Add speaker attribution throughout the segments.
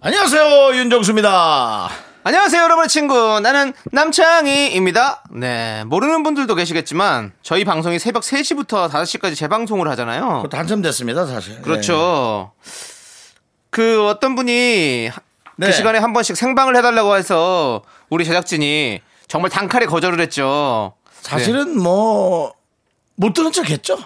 Speaker 1: 안녕하세요 윤정수입니다.
Speaker 2: 안녕하세요, 여러분의 친구. 나는 남창희입니다. 네, 모르는 분들도 계시겠지만, 저희 방송이 새벽 3시부터 5시까지 재방송을 하잖아요.
Speaker 1: 그것도 한참 됐습니다 사실. 예.
Speaker 2: 그렇죠. 그 어떤 분이 하-
Speaker 1: 네.
Speaker 2: 그 시간에 한 번씩 생방을 해달라고 해서 우리 제작진이 정말 단칼에 거절을 했죠.
Speaker 1: 예. 사실은 뭐 못 들은 척했죠.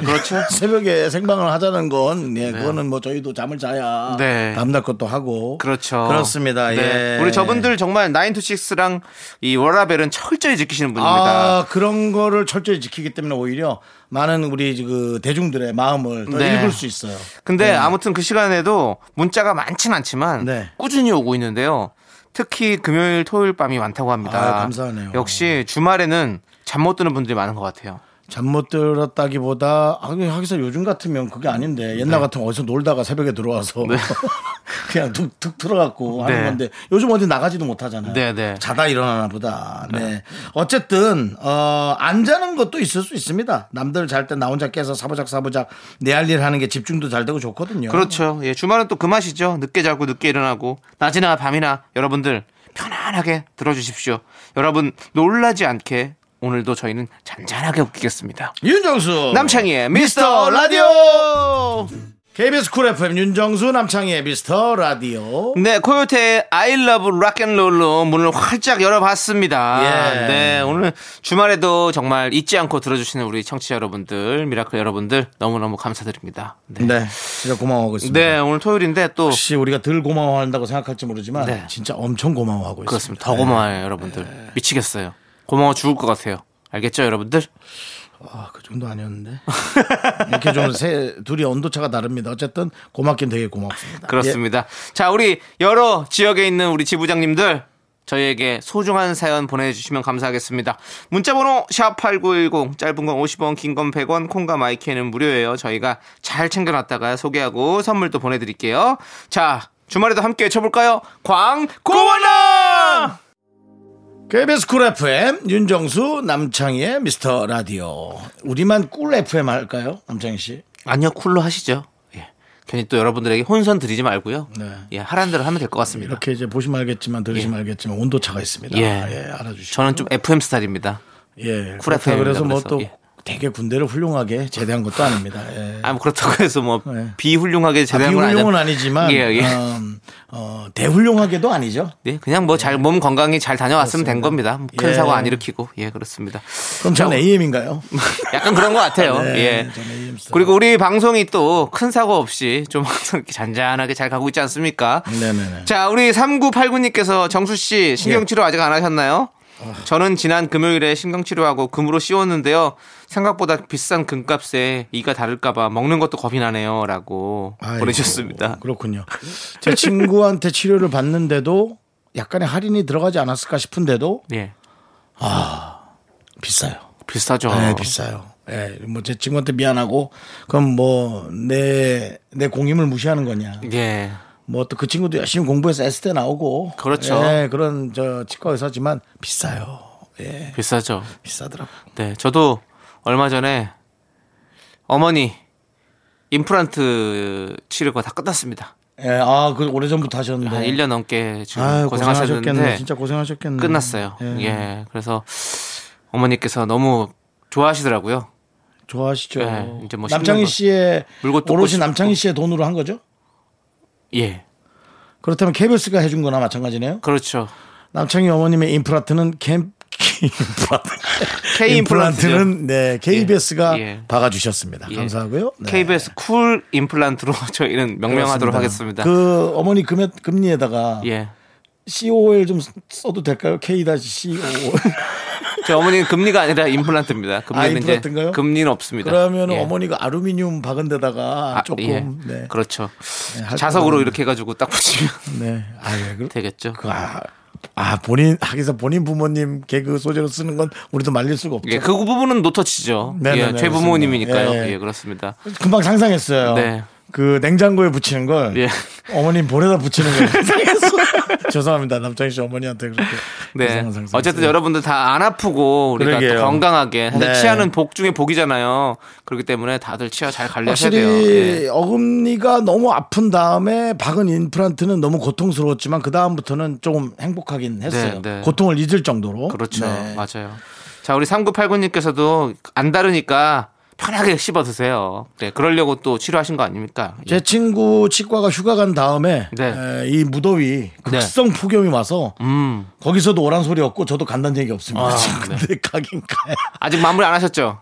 Speaker 2: 네, 그렇죠.
Speaker 1: 새벽에 생방을 하자는 건, 예, 그거는 뭐 저희도 잠을 자야
Speaker 2: 네.
Speaker 1: 다음날 것도 하고.
Speaker 2: 그렇죠.
Speaker 1: 그렇습니다.
Speaker 2: 네.
Speaker 1: 예.
Speaker 2: 우리 저분들 정말 9to6랑 이 워라벨은 철저히 지키시는 분입니다.
Speaker 1: 아, 그런 거를 철저히 지키기 때문에 오히려 많은 우리 그 대중들의 마음을 더
Speaker 2: 네.
Speaker 1: 읽을 수 있어요.
Speaker 2: 근데 아무튼 그 시간에도 문자가 많진 않지만
Speaker 1: 네.
Speaker 2: 꾸준히 오고 있는데요. 특히 금요일, 토요일 밤이 많다고 합니다.
Speaker 1: 아, 감사하네요.
Speaker 2: 역시 주말에는 잠 못 드는 분들이 많은 것 같아요.
Speaker 1: 잠 못 들었다기보다 아, 하기서 요즘 같으면 그게
Speaker 2: 네.
Speaker 1: 아닌데 옛날 같으면 어디서 놀다가 새벽에 들어와서 그냥 툭, 툭 들어갔고 하는
Speaker 2: 네.
Speaker 1: 건데 요즘 어디 나가지도 못하잖아요.
Speaker 2: 네, 네.
Speaker 1: 자다 일어나나 보다. 네. 어쨌든 어, 안 자는 것도 있을 수 있습니다. 남들 잘 때 나 혼자 깨서 사부작 사부작 내 할 일 하는 게 집중도 잘 되고 좋거든요.
Speaker 2: 그렇죠. 예, 주말은 또 그 맛이죠. 늦게 자고 늦게 일어나고 낮이나 밤이나 여러분들 편안하게 들어주십시오. 여러분 놀라지 않게 오늘도 저희는 잔잔하게 웃기겠습니다.
Speaker 1: 윤정수
Speaker 2: 남창희의 미스터 라디오.
Speaker 1: KBS 쿨 FM 윤정수 남창희의 미스터 라디오
Speaker 2: 네, 코요태의 I love rock and roll로 문을 활짝 열어봤습니다.
Speaker 1: 예.
Speaker 2: 네, 오늘 주말에도 정말 잊지 않고 들어주시는 우리 청취자 여러분들, 미라클 여러분들 너무너무 감사드립니다. 네.
Speaker 1: 네 진짜 고마워하고 있습니다. 아,
Speaker 2: 네, 오늘 토요일인데 또
Speaker 1: 혹시 우리가 덜 고마워한다고 생각할지 모르지만
Speaker 2: 네.
Speaker 1: 진짜 엄청 고마워하고
Speaker 2: 그렇습니다.
Speaker 1: 있습니다.
Speaker 2: 더 고마워요, 여러분들. 미치겠어요. 고마워 죽을 것 같아요. 알겠죠, 여러분들?
Speaker 1: 아, 그 정도 아니었는데 이렇게 좀 세 둘이 온도차가 다릅니다. 어쨌든 고맙긴 되게 고맙습니다.
Speaker 2: 그렇습니다. 자, 우리 여러 지역에 있는 우리 지부장님들 저희에게 소중한 사연 보내주시면 감사하겠습니다. 문자번호 샵8910 짧은 건 50원 긴 건 100원 콩과 마이크는 무료예요. 저희가 잘 챙겨놨다가 소개하고 선물도 보내드릴게요. 자 주말에도 함께 외쳐볼까요? 광고원아!
Speaker 1: 예. KBS 쿨 FM 윤정수 남창희의 미스터 라디오 우리만 꿀 FM 할까요, 남창희 씨?
Speaker 2: 아니요 쿨로 하시죠. 예. 괜히 또 여러분들에게 혼선 드리지 말고요.
Speaker 1: 네.
Speaker 2: 예, 하라는 대로 하면 될 것 같습니다.
Speaker 1: 이렇게 이제 보시면 알겠지만 들으시면 알겠지만 온도차가 있습니다.
Speaker 2: 예.
Speaker 1: 예, 알아주시고
Speaker 2: 저는 좀 FM 스타일입니다.
Speaker 1: 예,
Speaker 2: 쿨
Speaker 1: 그렇다
Speaker 2: FM 이라
Speaker 1: 그래서 뭐
Speaker 2: 그래서,
Speaker 1: 또
Speaker 2: 예.
Speaker 1: 되게 군대를 훌륭하게 제대한 것도 아닙니다. 예.
Speaker 2: 아, 뭐 그렇다고 해서 뭐
Speaker 1: 네.
Speaker 2: 비훌륭하게
Speaker 1: 아,
Speaker 2: 제대한 건 아니죠.
Speaker 1: 비훌륭은 아니지만
Speaker 2: 예, 예.
Speaker 1: 음, 어, 대훌륭하게도 아니죠.
Speaker 2: 예, 그냥 뭐 잘 몸 건강히 잘 다녀왔으면 된 겁니다. 뭐큰
Speaker 1: 예.
Speaker 2: 사고 안 일으키고 예 그렇습니다.
Speaker 1: 그럼 전 AM인가요?
Speaker 2: 약간 그런 것 같아요.
Speaker 1: 네,
Speaker 2: 예.
Speaker 1: 저는 AM 스타일.
Speaker 2: 그리고 우리 방송이 또 큰 사고 없이 좀 항상 이렇게 잔잔하게 잘 가고 있지 않습니까?
Speaker 1: 네네네.
Speaker 2: 자, 우리 3989님께서 정수 씨 신경치료 아직 안 하셨나요? 저는 지난 금요일에 신경치료하고 금으로 씌웠는데요. 생각보다 비싼 금값에 이가 다를까봐 먹는 것도 겁이 나네요. 라고
Speaker 1: 아이고,
Speaker 2: 보내주셨습니다.
Speaker 1: 그렇군요. 제 친구한테 치료를 받는데도 약간의 할인이 들어가지 않았을까 싶은데도
Speaker 2: 예.
Speaker 1: 비싸요.
Speaker 2: 비싸죠.
Speaker 1: 네, 비싸요. 예, 뭐 제 친구한테 미안하고 그럼 뭐 내 내 공임을 무시하는 거냐?
Speaker 2: 예.
Speaker 1: 뭐 또 그 친구도 열심히 공부해서 S대 나오고
Speaker 2: 그렇죠.
Speaker 1: 예, 그런 저 치과 의사지만 비싸요. 예,
Speaker 2: 비싸죠.
Speaker 1: 비싸더라고.
Speaker 2: 네, 저도 얼마 전에 어머니 임플란트 치료가 다 끝났습니다.
Speaker 1: 예, 아, 그 오래 전부터 하셨는데
Speaker 2: 한 1년 넘게 지금
Speaker 1: 아유, 고생하셨겠네.
Speaker 2: 고생하셨는데
Speaker 1: 진짜 고생하셨겠네.
Speaker 2: 끝났어요. 예. 그래서 어머니께서 너무 좋아하시더라고요.
Speaker 1: 좋아하시죠.
Speaker 2: 예, 이제 뭐 씹는
Speaker 1: 남창희
Speaker 2: 거-
Speaker 1: 씨의
Speaker 2: 물고 뜯고
Speaker 1: 오롯이
Speaker 2: 씹고.
Speaker 1: 남창희 씨의 돈으로 한 거죠?
Speaker 2: 예.
Speaker 1: 그렇다면 KBS가 해준 거나 마찬가지네요.
Speaker 2: 그렇죠.
Speaker 1: 남창희 어머님의 임플란트는 캠 임플란트.
Speaker 2: K 임플란트죠.
Speaker 1: 임플란트는 네 KBS가
Speaker 2: 예, 예.
Speaker 1: 박아주셨습니다.
Speaker 2: 예.
Speaker 1: 감사하고요. 네.
Speaker 2: KBS 쿨 임플란트로 저희는 명명하도록 하겠습니다.
Speaker 1: 그 어머니 금액 금리에다가
Speaker 2: 예.
Speaker 1: COL 좀 써도 될까요? K 다시 COL
Speaker 2: 저희 어머니는 금리가 아니라 임플란트입니다. 금리는
Speaker 1: 아, 임플란트인가요?
Speaker 2: 이제 금리는 없습니다.
Speaker 1: 그러면
Speaker 2: 예.
Speaker 1: 어머니가 아루미늄 박은 데다가
Speaker 2: 아,
Speaker 1: 조금
Speaker 2: 예.
Speaker 1: 네.
Speaker 2: 그렇죠.
Speaker 1: 할
Speaker 2: 자석으로
Speaker 1: 거는-
Speaker 2: 이렇게 해가지고 딱 붙이면
Speaker 1: 네. 아, 예. 그,
Speaker 2: 되겠죠.
Speaker 1: 그, 아, 아, 본인 하기서 본인 부모님 개그 소재로 쓰는 건 우리도 말릴 수가 없죠.
Speaker 2: 예, 그 부분은 노터치죠.
Speaker 1: 네네네,
Speaker 2: 예, 제 부모님이니까요.
Speaker 1: 그렇습니다. 예.
Speaker 2: 예. 그렇습니다.
Speaker 1: 금방 상상했어요.
Speaker 2: 네.
Speaker 1: 그 냉장고에 붙이는 걸
Speaker 2: 예.
Speaker 1: 어머님 볼에다 붙이는 걸 상상했어요. 죄송합니다. 남창희 씨 어머니한테 그렇게
Speaker 2: 네.
Speaker 1: 이상한 상상.
Speaker 2: 어쨌든 여러분들 다 안 아프고 우리가
Speaker 1: 그러게요.
Speaker 2: 또 건강하게 사실
Speaker 1: 네.
Speaker 2: 치아는 복 중에 복이잖아요. 그렇기 때문에 다들 치아 잘 관리하셔야 돼요.
Speaker 1: 확실히
Speaker 2: 예.
Speaker 1: 어금니가 너무 아픈 다음에 박은 임플란트는 너무 고통스러웠지만 그 다음부터는 조금 행복하긴 했어요.
Speaker 2: 네.
Speaker 1: 고통을 잊을 정도로.
Speaker 2: 그렇죠.
Speaker 1: 네.
Speaker 2: 맞아요. 자, 우리 3989님께서도 안 다르니까 편하게 씹어 드세요. 네, 그러려고 또 치료하신 거 아닙니까? 예.
Speaker 1: 제 친구 치과가 휴가 간 다음에
Speaker 2: 네.
Speaker 1: 에, 이 무더위 극성 폭염이 와서
Speaker 2: 음.
Speaker 1: 거기서도 오란 소리 없고 저도 간다는 얘기 없습니다.
Speaker 2: 아,
Speaker 1: 근데 가긴 가요.
Speaker 2: 아직 마무리 안 하셨죠?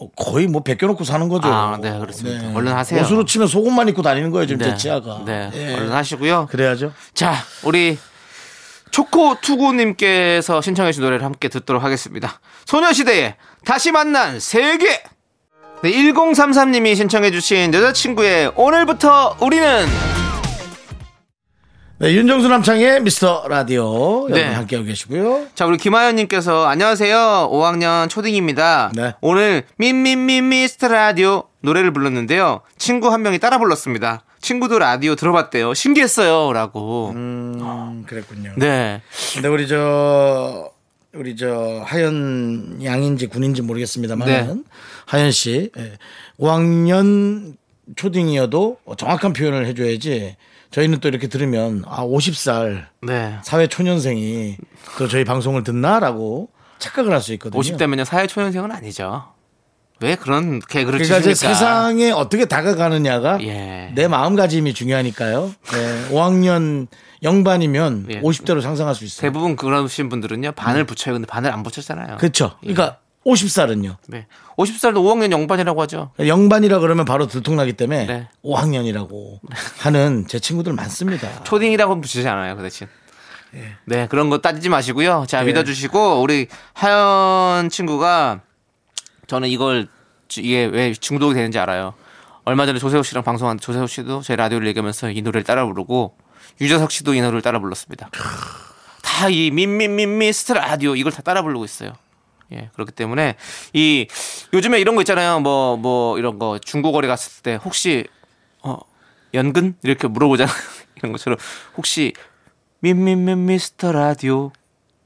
Speaker 1: 어, 거의 뭐 벗겨놓고 사는 거죠.
Speaker 2: 아, 네, 그렇습니다. 얼른 하세요.
Speaker 1: 옷으로 치면 속옷만 입고 다니는 거예요 지금
Speaker 2: 네.
Speaker 1: 제 치아가.
Speaker 2: 네.
Speaker 1: 예.
Speaker 2: 얼른 하시고요.
Speaker 1: 그래야죠.
Speaker 2: 자, 우리 초코 투구님께서 신청해주신 노래를 함께 듣도록 하겠습니다. 소녀시대의 다시 만난 세계. 네, 1033님이 신청해주신 여자친구의 오늘부터 우리는
Speaker 1: 네, 윤정수 남창의 미스터 라디오
Speaker 2: 네.
Speaker 1: 여러분 함께하고 계시고요.
Speaker 2: 자 우리 김하연님께서 안녕하세요 5학년 초딩입니다.
Speaker 1: 네.
Speaker 2: 오늘 민민민 미스터 라디오 노래를 불렀는데요 친구 한 명이 따라 불렀습니다. 친구도 라디오 들어봤대요 신기했어요라고.
Speaker 1: 음, 그랬군요.
Speaker 2: 네.
Speaker 1: 근데 우리 저 우리 저 하연 양인지 군인지 모르겠습니다만
Speaker 2: 네.
Speaker 1: 하연 씨 예. 5학년 초딩이어도 정확한 표현을 해줘야지 저희는 또 이렇게 들으면 아 50살
Speaker 2: 네.
Speaker 1: 사회 초년생이 또 저희 방송을 듣나라고 착각을 할 수 있거든요.
Speaker 2: 50대면요 사회 초년생은 아니죠. 왜 그런 개그를
Speaker 1: 그러니까 이제
Speaker 2: 치십니까?
Speaker 1: 세상에 네. 어떻게 다가가느냐가
Speaker 2: 예.
Speaker 1: 내 마음가짐이 중요하니까요. 네, 5학년 영반이면
Speaker 2: 예.
Speaker 1: 50대로 상상할 수 있어요.
Speaker 2: 대부분 그러신 분들은요 반을 붙여요. 근데 반을 안 붙였잖아요.
Speaker 1: 네. 그렇죠.
Speaker 2: 예.
Speaker 1: 그러니까 50살은요.
Speaker 2: 네. 50살도 5학년 영반이라고 하죠.
Speaker 1: 영반이라 그러면 바로 들통나기 때문에
Speaker 2: 네.
Speaker 1: 5학년이라고 하는 제 친구들 많습니다.
Speaker 2: 아. 초딩이라고 붙이지 않아요 그 대신. 네 그런 거 따지지 마시고요. 자 믿어주시고 우리 하연 친구가 저는 이걸 지- 이게 왜 중독이 되는지 알아요. 얼마 전에 조세호 씨랑 방송한 조세호 씨도 제 라디오를 얘기하면서 이 노래를 따라 부르고 유재석 씨도 이 노래를 따라 불렀습니다. 다 이 민민민 미스트 라디오 이걸 다 따라 부르고 있어요. 예 그렇기 때문에 이 요즘에 이런 거 있잖아요. 뭐 뭐 이런 거 중고거래 갔을 때 혹시 어 연근 이렇게 물어보잖아 이런 것처럼 혹시 민민민 미스터 라디오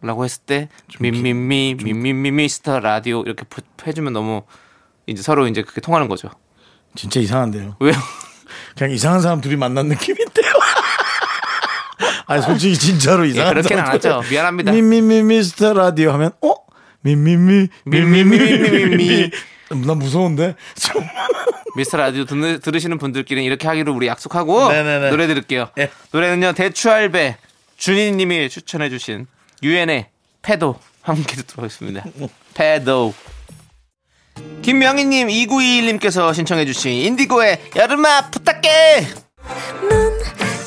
Speaker 2: 라고 했을 때 민민미 민민미 미스터 라디오 이렇게 부- 해주면 너무 이제 서로 이제 그게 통하는 거죠
Speaker 1: 진짜 이상한데요.
Speaker 2: 왜요
Speaker 1: 그냥 이상한 사람 둘이 만난 느낌인데요. 아니 솔직히 진짜로
Speaker 2: 예,
Speaker 1: 이상한
Speaker 2: 그렇게는 안 하죠 미안합니다
Speaker 1: 미미미 미스터 라디오 하면 어? 미미미 미미미 미미미
Speaker 2: 미미미.
Speaker 1: 나 무서운데.
Speaker 2: 미스터 라디오 듣는, 들으시는 분들끼리는 이렇게 하기로 우리 약속하고
Speaker 1: 네네네.
Speaker 2: 노래 들을게요
Speaker 1: 예.
Speaker 2: 노래는요 대추알배 준이님이 추천해주신 유엔의 패도 함께 듣도록 하겠습니다 패도 김명희님 2921님께서 신청해주신 인디고의 여름아 부탁해
Speaker 3: 넌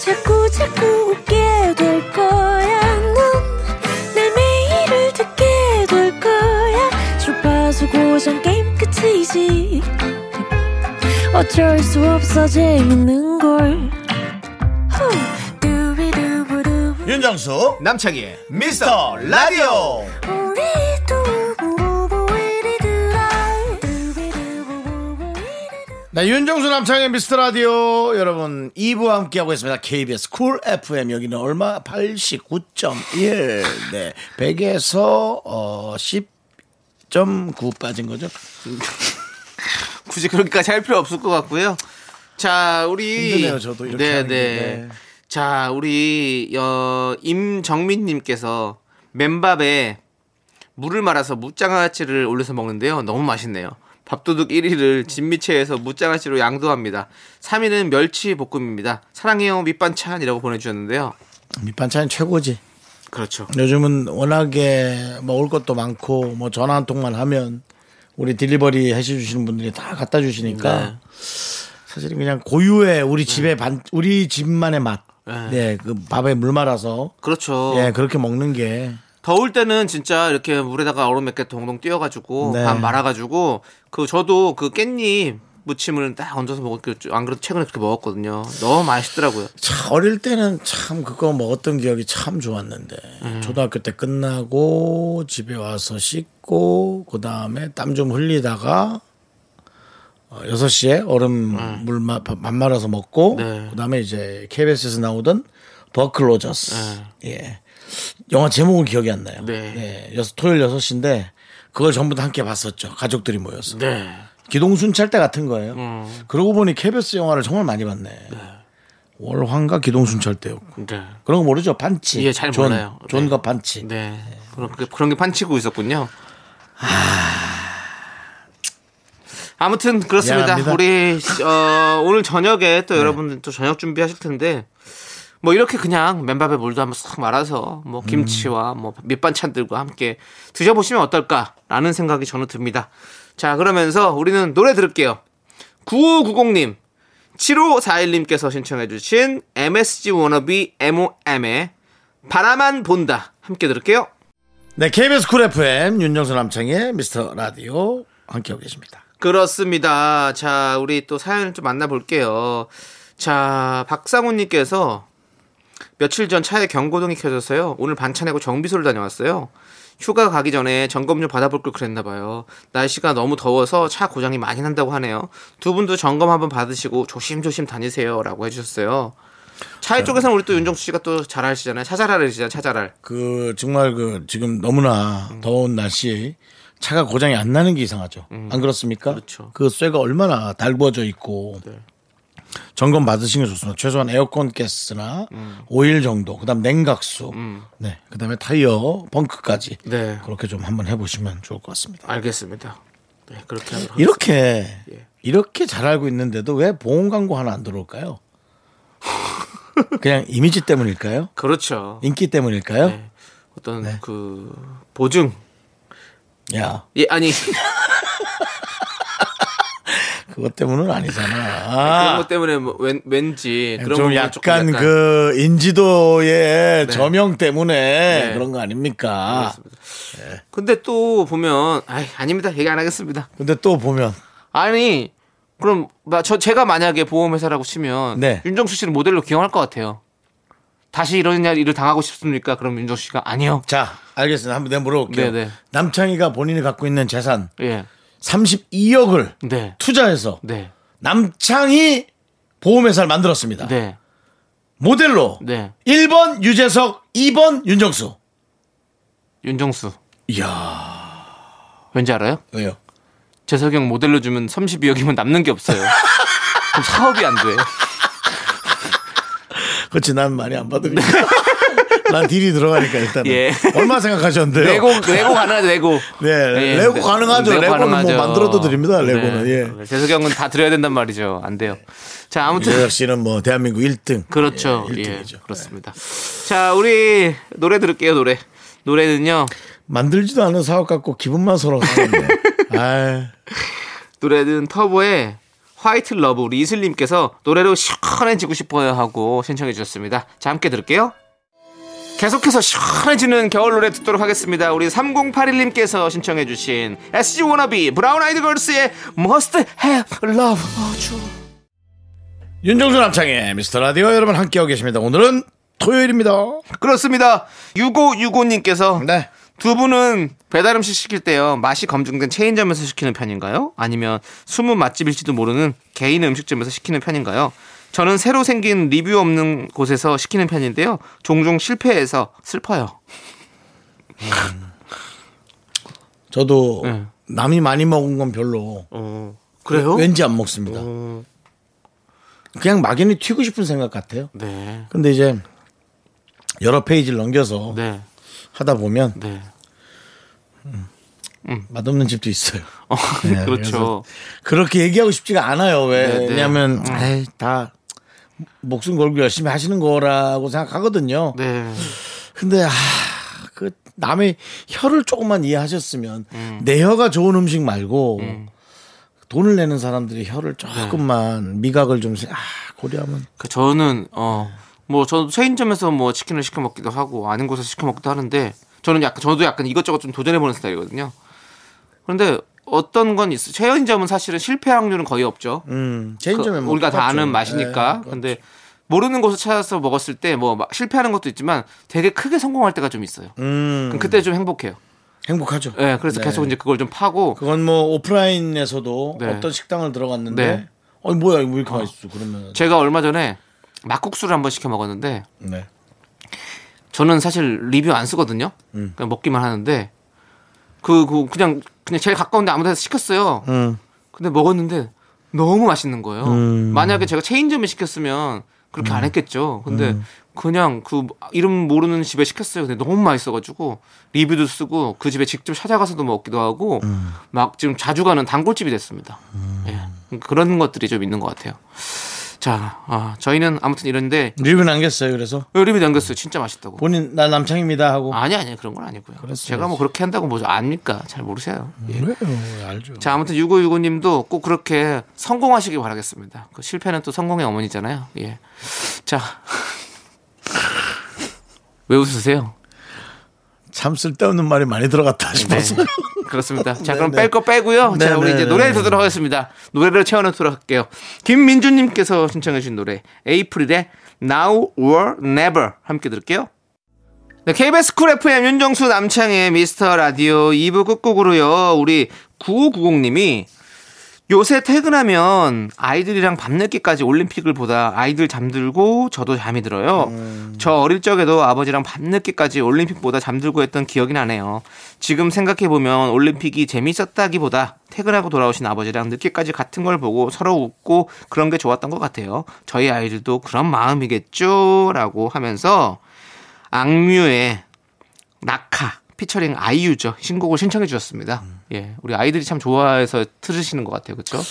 Speaker 3: 자꾸 자꾸 웃게 될 거야. 넌내 매일을 듣게 될 거야. 주파수 고정 게임 끝이지. 어쩔 수 없어 재밌는 걸. 후. 두비두부두부.
Speaker 1: 윤정수
Speaker 2: 남창희의
Speaker 1: 어? 미스터 라디오.
Speaker 3: 우리 두부부부 우리 두라. 두비두부부부 우리 두라.
Speaker 1: 네, 윤정수 남창의 미스터 라디오 여러분 2부와 함께하고 있습니다. KBS 쿨 FM 여기는 얼마 89.1. 네. 100에서 어 10.9 빠진 거죠?
Speaker 2: 굳이 그렇게까지 할 필요 없을 것 같고요. 자, 우리
Speaker 1: 힘드네요, 저도 이렇게 하는 게. 네.
Speaker 2: 자, 우리 어, 임정민 님께서 맨밥에 물을 말아서 무장아찌를 올려서 먹는데요. 너무 맛있네요. 밥도둑 1위를 진미채에서 무장아찌로 양도합니다. 3위는 멸치 볶음입니다. 사랑해요 밑반찬이라고 보내주셨는데요.
Speaker 1: 밑반찬이 최고지.
Speaker 2: 그렇죠.
Speaker 1: 요즘은 워낙에 먹을 것도 많고 뭐 전화 한 통만 하면 우리 딜리버리 해주시는 분들이 다 갖다 주시니까
Speaker 2: 네.
Speaker 1: 사실은 그냥 고유의 우리 집의 반 우리 집만의 맛.
Speaker 2: 네.
Speaker 1: 네, 그 밥에 물 말아서
Speaker 2: 그렇죠.
Speaker 1: 예 그렇게 먹는 게
Speaker 2: 더울 때는 진짜 이렇게 물에다가 얼음 몇 개 동동 띄어가지고
Speaker 1: 네.
Speaker 2: 반 말아가지고 그 저도 그 깻잎 무침을 딱 얹어서 먹었죠. 안 그래도 최근에 그렇게 먹었거든요. 너무 맛있더라고요.
Speaker 1: 참 어릴 때는 참 그거 먹었던 기억이 참 좋았는데
Speaker 2: 음.
Speaker 1: 초등학교 때 끝나고 집에 와서 씻고 그 다음에 땀 좀 흘리다가 어, 6시에 얼음 물 마, 밥- 밥 말아서 먹고
Speaker 2: 네.
Speaker 1: 그 다음에 이제 KBS에서 나오던 버클로저스 예 영화 제목은 기억이 안 나요
Speaker 2: 네.
Speaker 1: 예, 여섯- 토요일 6시인데 그걸 전부 다 함께 봤었죠 가족들이 모여서
Speaker 2: 네.
Speaker 1: 기동순 찰때 같은 거예요.
Speaker 2: 음.
Speaker 1: 그러고 보니 KBS 영화를 정말 많이 봤네. 월황과 기동순 찰때였고
Speaker 2: 네.
Speaker 1: 그런 거 모르죠? 반치.
Speaker 2: 예, 잘
Speaker 1: 존,
Speaker 2: 몰라요.
Speaker 1: 존과
Speaker 2: 네.
Speaker 1: 반치.
Speaker 2: 네. 그런, 게- 그런 게 판치고 있었군요. 아무튼 그렇습니다.
Speaker 1: 미안합니다. 네.
Speaker 2: 우리 어, 오늘 저녁에 또 여러분들 또 저녁 준비하실 텐데 뭐 이렇게 그냥 맨밥에 물도 한번 싹 말아서 뭐
Speaker 1: 음.
Speaker 2: 김치와 뭐 밑반찬들과 함께 드셔보시면 어떨까라는 생각이 저는 듭니다. 자 그러면서 우리는 노래 들을게요. 9590님 7541님께서 신청해주신 MSG 워너비 MOM의 바라만 본다 함께 들을게요.
Speaker 1: 네, KBS 쿨 FM 윤정수 남창의 미스터 라디오 함께하고 계십니다.
Speaker 2: 그렇습니다. 자, 우리 또 사연을 좀 만나볼게요. 자, 박상훈님께서 며칠 전 차에 경고등이 켜져서요. 오늘 반찬하고 정비소를 다녀왔어요. 휴가 가기 전에 점검 좀 받아볼 걸 그랬나 봐요. 날씨가 너무 더워서 차 고장이 많이 난다고 하네요. 두 분도 점검 한번 받으시고 조심조심 다니세요라고 해주셨어요. 차에 쪽에서는 우리 또 윤정수 씨가 또 잘하시잖아요. 차잘하시잖아요. 차잘할.
Speaker 1: 그 정말 그 지금 너무나 더운 날씨 차가 고장이 안 나는 게 이상하죠. 안 그렇습니까?
Speaker 2: 그렇죠.
Speaker 1: 그 쇠가 얼마나 달궈져 있고 점검 받으시는 게 좋습니다. 최소한 에어컨 가스나 오일 정도, 그다음 냉각수, 네, 그다음에 타이어 펑크까지
Speaker 2: 네.
Speaker 1: 그렇게 좀 한번 해보시면 좋을 것 같습니다.
Speaker 2: 알겠습니다. 네, 그렇게 하도록
Speaker 1: 이렇게
Speaker 2: 예.
Speaker 1: 이렇게 잘 알고 있는데도 왜 보험 광고 하나 안 들어올까요? 그냥 이미지 때문일까요?
Speaker 2: 그렇죠.
Speaker 1: 인기 때문일까요?
Speaker 2: 네. 어떤 그 보증
Speaker 1: 야,
Speaker 2: 예 아니
Speaker 1: 그것 때문은 아니잖아.
Speaker 2: 그런 것 때문에 뭐 웬, 왠지 그런
Speaker 1: 좀
Speaker 2: 부분은
Speaker 1: 약간,
Speaker 2: 조금
Speaker 1: 그 인지도의 저명 때문에
Speaker 2: 네.
Speaker 1: 그런 거 아닙니까?
Speaker 2: 근데 또 보면 아이 아닙니다 얘기 안 하겠습니다
Speaker 1: 근데 또 보면
Speaker 2: 아니 그럼 마- 저 제가 만약에 보험회사라고 치면
Speaker 1: 네.
Speaker 2: 윤정수 씨를 모델로 기용할 것 같아요 다시 이런 일을 당하고 싶습니까 그럼 윤정수 씨가 아니요
Speaker 1: 자 알겠습니다. 한번 내가 물어볼게요.
Speaker 2: 네, 네.
Speaker 1: 남창희가 본인이 갖고 있는 재산
Speaker 2: 예
Speaker 1: 32억을
Speaker 2: 네
Speaker 1: 투자해서
Speaker 2: 네,
Speaker 1: 남창희 보험회사를 만들었습니다.
Speaker 2: 네,
Speaker 1: 모델로
Speaker 2: 네.
Speaker 1: 1번 유재석, 2번 윤정수.
Speaker 2: 윤정수
Speaker 1: 이야
Speaker 2: 왠지 알아요?
Speaker 1: 왜요?
Speaker 2: 재석이 형 모델로 주면 32억이면 남는 게 없어요 그럼 사업이 안 돼요
Speaker 1: 그렇지 난 많이 안 받으니까. 난 딜이 들어가니까 일단
Speaker 2: 예.
Speaker 1: 은 얼마 생각하셨는데요?
Speaker 2: 레고 레고 가능하죠 레고. 예,
Speaker 1: 네, 레고 가능하죠. 레고는 뭐 만들어도 드립니다, 레고는. 예.
Speaker 2: 네. 재석이 형은 다 드려야 된단 말이죠. 안 돼요. 자 아무튼
Speaker 1: 유재석 씨는 뭐 대한민국 1등.
Speaker 2: 그렇죠.
Speaker 1: 예,
Speaker 2: 예,
Speaker 1: 일등이죠.
Speaker 2: 그렇습니다. 자 우리 노래 들을게요 노래. 노래는요
Speaker 1: 만들지도 않은 사업 갖고 기분만 서러 가는데. 아,
Speaker 2: 노래는 터보의 화이트 러브 우리 이슬님께서 노래로 시원해지고 싶어요 하고 신청해 주셨습니다. 자 함께 들을게요. 계속해서 시원해지는 겨울 노래 듣도록 하겠습니다. 우리 3081님께서 신청해 주신 SG 워너비 브라운 아이드 걸스의 Must Have Love
Speaker 1: 윤정수 남창의 미스터 라디오 여러분 함께하고 계십니다. 오늘은 토요일입니다.
Speaker 2: 그렇습니다. 6565님께서
Speaker 1: 네.
Speaker 2: 두 분은 배달 음식 시킬 때요. 맛이 검증된 체인점에서 시키는 편인가요? 아니면 숨은 맛집일지도 모르는 개인 음식점에서 시키는 편인가요? 저는 새로 생긴 리뷰 없는 곳에서 시키는 편인데요. 종종 실패해서 슬퍼요.
Speaker 1: 저도
Speaker 2: 네.
Speaker 1: 남이 많이 먹은 건 별로
Speaker 2: 어, 그래요? 어,
Speaker 1: 왠지 안 먹습니다. 그냥 막연히 튀고 싶은 생각 같아요.
Speaker 2: 네.
Speaker 1: 근데 이제 여러 페이지를 넘겨서
Speaker 2: 네.
Speaker 1: 하다 보면
Speaker 2: 네.
Speaker 1: 맛없는 집도 있어요.
Speaker 2: 어,
Speaker 1: 네,
Speaker 2: 그렇죠.
Speaker 1: 그래서 그렇게 얘기하고 싶지가 않아요. 왜?
Speaker 2: 네, 네.
Speaker 1: 왜냐하면 에이, 다 목숨 걸고 열심히 하시는 거라고 생각하거든요.
Speaker 2: 네.
Speaker 1: 근데 아, 그 남의 혀를 조금만 이해하셨으면
Speaker 2: 음.
Speaker 1: 내 혀가 좋은 음식 말고 돈을 내는 사람들의 혀를
Speaker 2: 네.
Speaker 1: 조금만 미각을 좀 세- 아, 고려하면
Speaker 2: 그
Speaker 1: 네.
Speaker 2: 저는 어 뭐 저도 체인점에서 뭐 치킨을 시켜 먹기도 하고 아는 곳에서 시켜 먹기도 하는데 저는 약간 저도 약간 이것저것 좀 도전해보는 스타일이거든요. 그런데 어떤 건 있어. 체인점은 사실은 실패 확률은 거의 없죠.
Speaker 1: 음, 체인점에
Speaker 2: 그
Speaker 1: 뭐
Speaker 2: 우리가 다
Speaker 1: 똑같죠.
Speaker 2: 아는 맛이니까.
Speaker 1: 예,
Speaker 2: 근데 모르는 곳을 찾아서 먹었을 때 뭐 실패하는 것도 있지만 되게 크게 성공할 때가 좀 있어요.
Speaker 1: 음,
Speaker 2: 그럼 그때 좀 행복해요.
Speaker 1: 그렇죠. 행복하죠.
Speaker 2: 예, 그래서
Speaker 1: 네.
Speaker 2: 계속 이제 그걸 좀 파고
Speaker 1: 그건 뭐 오프라인에서도
Speaker 2: 네.
Speaker 1: 어떤 식당을 들어갔는데
Speaker 2: 네.
Speaker 1: 어이 뭐야 이거 왜 이렇게 맛있어 그러면
Speaker 2: 제가 얼마 전에 막국수를 한번 시켜 먹었는데
Speaker 1: 네.
Speaker 2: 저는 사실 리뷰 안 쓰거든요. 그냥 먹기만 하는데 그, 그 그냥 그냥 제일 가까운데 아무 데서 시켰어요. 근데 먹었는데 너무 맛있는 거예요. 만약에 제가 체인점에 시켰으면 그렇게 안 했겠죠. 근데 그냥 그 이름 모르는 집에 시켰어요. 근데 너무 맛있어가지고 리뷰도 쓰고 그 집에 직접 찾아가서도 먹기도 하고 막 지금 자주 가는 단골집이 됐습니다. 예. 그런 것들이 좀 있는 것 같아요. 자, 아, 저희는 아무튼 이런데
Speaker 1: 리뷰 남겼어요 그래서
Speaker 2: 리뷰 남겼어요. 진짜 맛있다고.
Speaker 1: 본인 나 남창입니다 하고
Speaker 2: 아니 아니 뭐. 그런 건 아니고요. 제가 뭐 그렇게 한다고 뭐 압니까? 잘 모르세요. 예.
Speaker 1: 그래요 알죠.
Speaker 2: 자 아무튼 유고 유고님도 꼭 그렇게 성공하시길 바라겠습니다. 그 실패는 또 성공의 어머니잖아요. 예. 자. 왜 웃으세요?
Speaker 1: 참 쓸데없는 말이 많이 들어갔다
Speaker 2: 네.
Speaker 1: 싶어서
Speaker 2: 그렇습니다.
Speaker 1: 네,
Speaker 2: 자, 그럼
Speaker 1: 네.
Speaker 2: 뺄 거 빼고요.
Speaker 1: 네,
Speaker 2: 자, 우리
Speaker 1: 네,
Speaker 2: 이제
Speaker 1: 네,
Speaker 2: 노래
Speaker 1: 네.
Speaker 2: 듣도록 하겠습니다. 노래를 채워넣도록 할게요. 김민주님께서 신청해주신 노래, 에이프릴의 Now or Never 함께 들을게요. 네, KBS 쿨 FM 윤정수 남창의 미스터 라디오 2부 끝곡으로요. 우리 9590님이 요새 퇴근하면 아이들이랑 밤늦게까지 올림픽을 보다 아이들 잠들고 저도 잠이 들어요. 저 어릴 적에도 아버지랑 밤늦게까지 올림픽 보다 잠들고 했던 기억이 나네요. 지금 생각해보면 올림픽이 재밌었다기보다 퇴근하고 돌아오신 아버지랑 늦게까지 같은 걸 보고 서로 웃고 그런 게 좋았던 것 같아요. 저희 아이들도 그런 마음이겠죠? 라고 하면서 악뮤의 낙하 피처링 아이유죠 신곡을 신청해 주셨습니다. 예, 우리 아이들이 참 좋아해서 틀으시는 것 같아요, 그렇죠?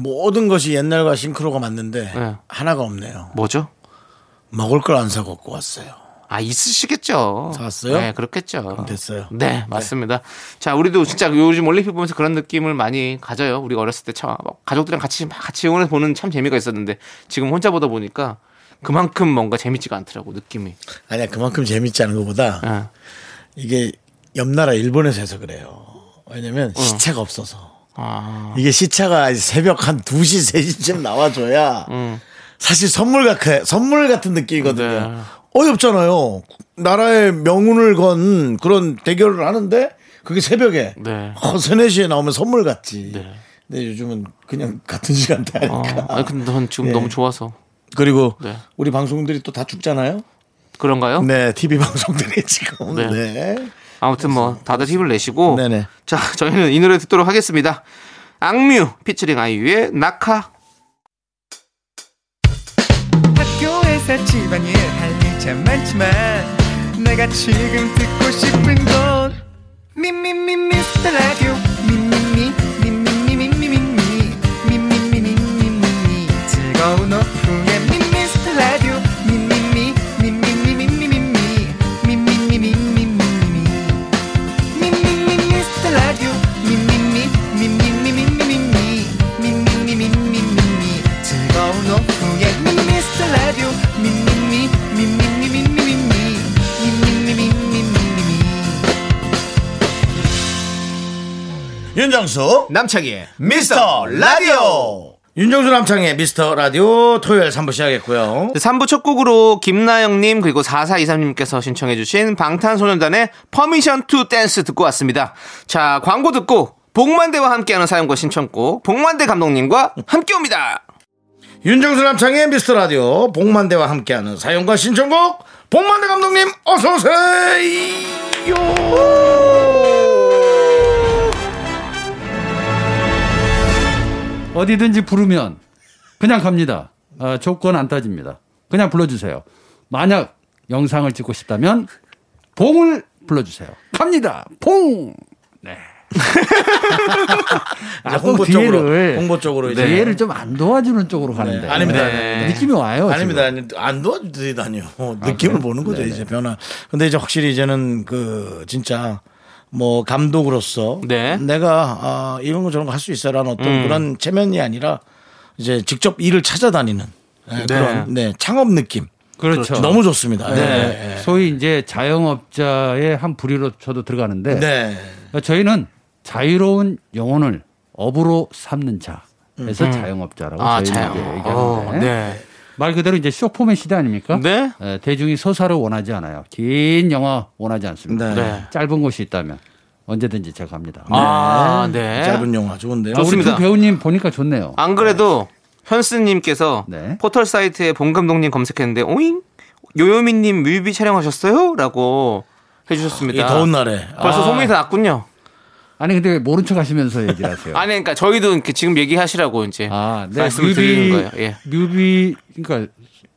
Speaker 1: 모든 것이 옛날과 싱크로가 맞는데
Speaker 2: 네.
Speaker 1: 하나가 없네요.
Speaker 2: 뭐죠?
Speaker 1: 먹을 걸 안 사고 갖고 왔어요.
Speaker 2: 아 있으시겠죠.
Speaker 1: 사왔어요?
Speaker 2: 네, 그렇겠죠.
Speaker 1: 됐어요.
Speaker 2: 네, 맞습니다. 자, 우리도 진짜 요즘 올림픽 보면서 그런 느낌을 많이 가져요. 우리가 어렸을 때 참, 뭐 가족들이랑 같이 막 같이 응원해 보는 참 재미가 있었는데 지금 혼자 보다 보니까 그만큼 뭔가 재밌지가 않더라고 느낌이.
Speaker 1: 아니야 그만큼 재밌지 않은 것보다
Speaker 2: 아,
Speaker 1: 이게 옆 나라 일본에서 해서 그래요. 왜냐면
Speaker 2: 어.
Speaker 1: 시차가 없어서
Speaker 2: 아,
Speaker 1: 이게 시차가 이제 새벽 한 2시 3시쯤 나와줘야 사실 선물 같은 선물 같은 느낌이거든요.
Speaker 2: 어. 네.
Speaker 1: 어이없잖아요. 나라의 명운을 건 그런 대결을 하는데 그게 새벽에
Speaker 2: 네.
Speaker 1: 어, 세네 시에 나오면 선물 같지. 근데 요즘은 그냥 같은 시간대
Speaker 2: 어.
Speaker 1: 하니까.
Speaker 2: 아니 근데 넌 지금
Speaker 1: 네.
Speaker 2: 너무 좋아서
Speaker 1: 그리고
Speaker 2: 네.
Speaker 1: 우리 방송들이 또 다 죽잖아요.
Speaker 2: 그런가요?
Speaker 1: 네, TV 방송들이 지금.
Speaker 2: 네.
Speaker 1: 네.
Speaker 2: 아무튼 뭐 다들 힘을 내시고
Speaker 1: 네네.
Speaker 2: 자 저희는 이 노래 듣도록 하겠습니다 악뮤 피처링 아이유의 낙하
Speaker 4: 학교에서 집안일 할 일 참 많지만 내가 지금 듣고 싶은 건 미미미 미스터 라디오 미미미 미미미 미미미 미미미 미미미 즐거운 오후에 미스터 라디오 미미미 미미미 미미미 미미미 미미미
Speaker 1: 윤정수
Speaker 2: 남창희의
Speaker 1: 미스터 라디오. 윤정수 남창의 미스터 라디오 토요일 3부 시작했고요.
Speaker 2: 3부 네, 첫 곡으로 김나영님 그리고 4423님께서 신청해 주신 방탄소년단의 퍼미션 투 댄스 듣고 왔습니다 자 광고 듣고 복만대와 함께하는 사연과 신청곡 복만대 감독님과 함께 옵니다
Speaker 1: 윤정수 남창의 미스터 라디오 복만대와 함께하는 사연과 신청곡 복만대 감독님 어서 오세요.
Speaker 5: 어디든지 부르면 그냥 갑니다. 아, 조건 안 따집니다. 그냥 불러주세요. 만약 영상을 찍고 싶다면 봉을 불러주세요. 갑니다. 봉. 네.
Speaker 1: 이제
Speaker 5: 아, 또
Speaker 1: 홍보 쪽으로
Speaker 5: 뒤에를-
Speaker 1: 홍보 쪽으로 이제
Speaker 5: 뒤에를 좀 안 도와주는 쪽으로 가는데.
Speaker 1: 네, 아닙니다.
Speaker 2: 네.
Speaker 5: 느낌이 와요.
Speaker 1: 아닙니다. 아니, 안 도와드리다니요. 느낌을 보는 거죠, 이제 변화. 근데 이제 확실히 이제는 그, 진짜, 뭐, 감독으로서.
Speaker 2: 네.
Speaker 1: 내가, 아, 이런 거 저런 거 할 수 있어라는 어떤 그런 체면이 아니라, 이제 직접 일을 찾아다니는 네, 그런, 네, 예, 창업 느낌.
Speaker 5: 그렇죠.
Speaker 1: 너무 좋습니다. 네.
Speaker 5: 네. 소위 이제 자영업자의 한 부류로 저도 들어가는데
Speaker 1: 네.
Speaker 5: 저희는 자유로운 영혼을 업으로 삼는
Speaker 1: 음.
Speaker 5: 자에서 자영업자라고
Speaker 2: 아,
Speaker 5: 저희는
Speaker 2: 자요.
Speaker 5: 이제 얘기하는데 어?
Speaker 2: 어, 네.
Speaker 5: 말 그대로 이제 쇼폼의 시대 아닙니까?
Speaker 2: 네.
Speaker 5: 에, 대중이 소설을 원하지 않아요. 긴 영화 원하지 않습니다.
Speaker 1: 네.
Speaker 2: 네.
Speaker 5: 짧은 곳이 있다면 언제든지 제가 갑니다.
Speaker 2: 아, 네.
Speaker 1: 짧은 영화 좋은데요.
Speaker 5: 아, 우리
Speaker 2: 좋습니다.
Speaker 5: 두 배우님 보니까 좋네요.
Speaker 2: 안 그래도 현스님께서
Speaker 5: 네.
Speaker 2: 포털 사이트에 본 감독님 검색했는데 오잉 요요미님 뮤비 촬영하셨어요?라고
Speaker 1: 이
Speaker 2: 해주셨습니다.
Speaker 1: 더운 날에
Speaker 2: 벌써
Speaker 1: 아,
Speaker 2: 소문이 다 났군요.
Speaker 5: 아니 근데 왜 모른 척 하시면서 얘기를 하세요?
Speaker 2: 아니 그러니까 저희도 이렇게 지금 얘기하시라고 이제
Speaker 5: 아, 네.
Speaker 2: 말씀을
Speaker 5: 뮤비,
Speaker 2: 드리는 거예요. 예.
Speaker 5: 뮤비, 그러니까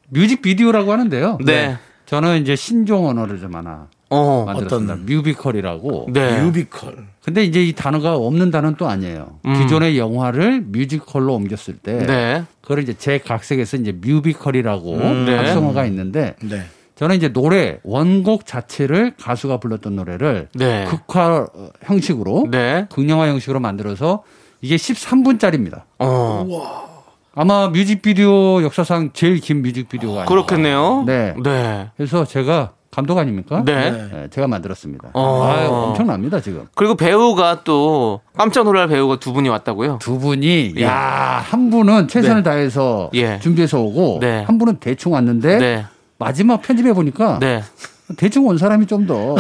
Speaker 5: 뮤직 비디오라고 하는데요.
Speaker 2: 네.
Speaker 5: 저는 이제 신종 언어를 좀 하나
Speaker 2: 어.
Speaker 5: 만들었습니다.
Speaker 1: 어떤?
Speaker 5: 뮤비컬이라고.
Speaker 2: 네.
Speaker 1: 뮤비컬.
Speaker 5: 근데 이제 이 단어가 없는 단어는 또 아니에요. 기존의 영화를 뮤지컬로 옮겼을 때,
Speaker 2: 음. 네.
Speaker 5: 그걸 이제 제 각색에서 이제 뮤비컬이라고
Speaker 2: 네.
Speaker 5: 합성어가 있는데,
Speaker 1: 네.
Speaker 5: 저는 이제 노래 원곡 자체를 가수가 불렀던 노래를
Speaker 2: 네.
Speaker 5: 극화 형식으로
Speaker 2: 네.
Speaker 5: 극영화 형식으로 만들어서 이게 13분짜리입니다.
Speaker 2: 어.
Speaker 5: 아마 뮤직비디오 역사상 제일 긴 뮤직비디오가 아닐까.
Speaker 2: 그렇겠네요.
Speaker 5: 네.
Speaker 2: 네.
Speaker 5: 그래서 제가 감독 아닙니까?
Speaker 2: 네.
Speaker 5: 네, 제가 만들었습니다.
Speaker 2: 어.
Speaker 5: 아유, 엄청납니다 지금.
Speaker 2: 그리고 배우가 또 깜짝 놀랄 배우가 두 분이 왔다고요.
Speaker 5: 두 분이
Speaker 2: 예.
Speaker 5: 야한 분은 최선을
Speaker 2: 네.
Speaker 5: 다해서
Speaker 2: 예.
Speaker 5: 준비해서 오고
Speaker 2: 네.
Speaker 5: 한 분은 대충 왔는데
Speaker 2: 네.
Speaker 5: 마지막 편집해 보니까
Speaker 2: 네.
Speaker 1: 아,
Speaker 5: 대충 온 사람이 좀 더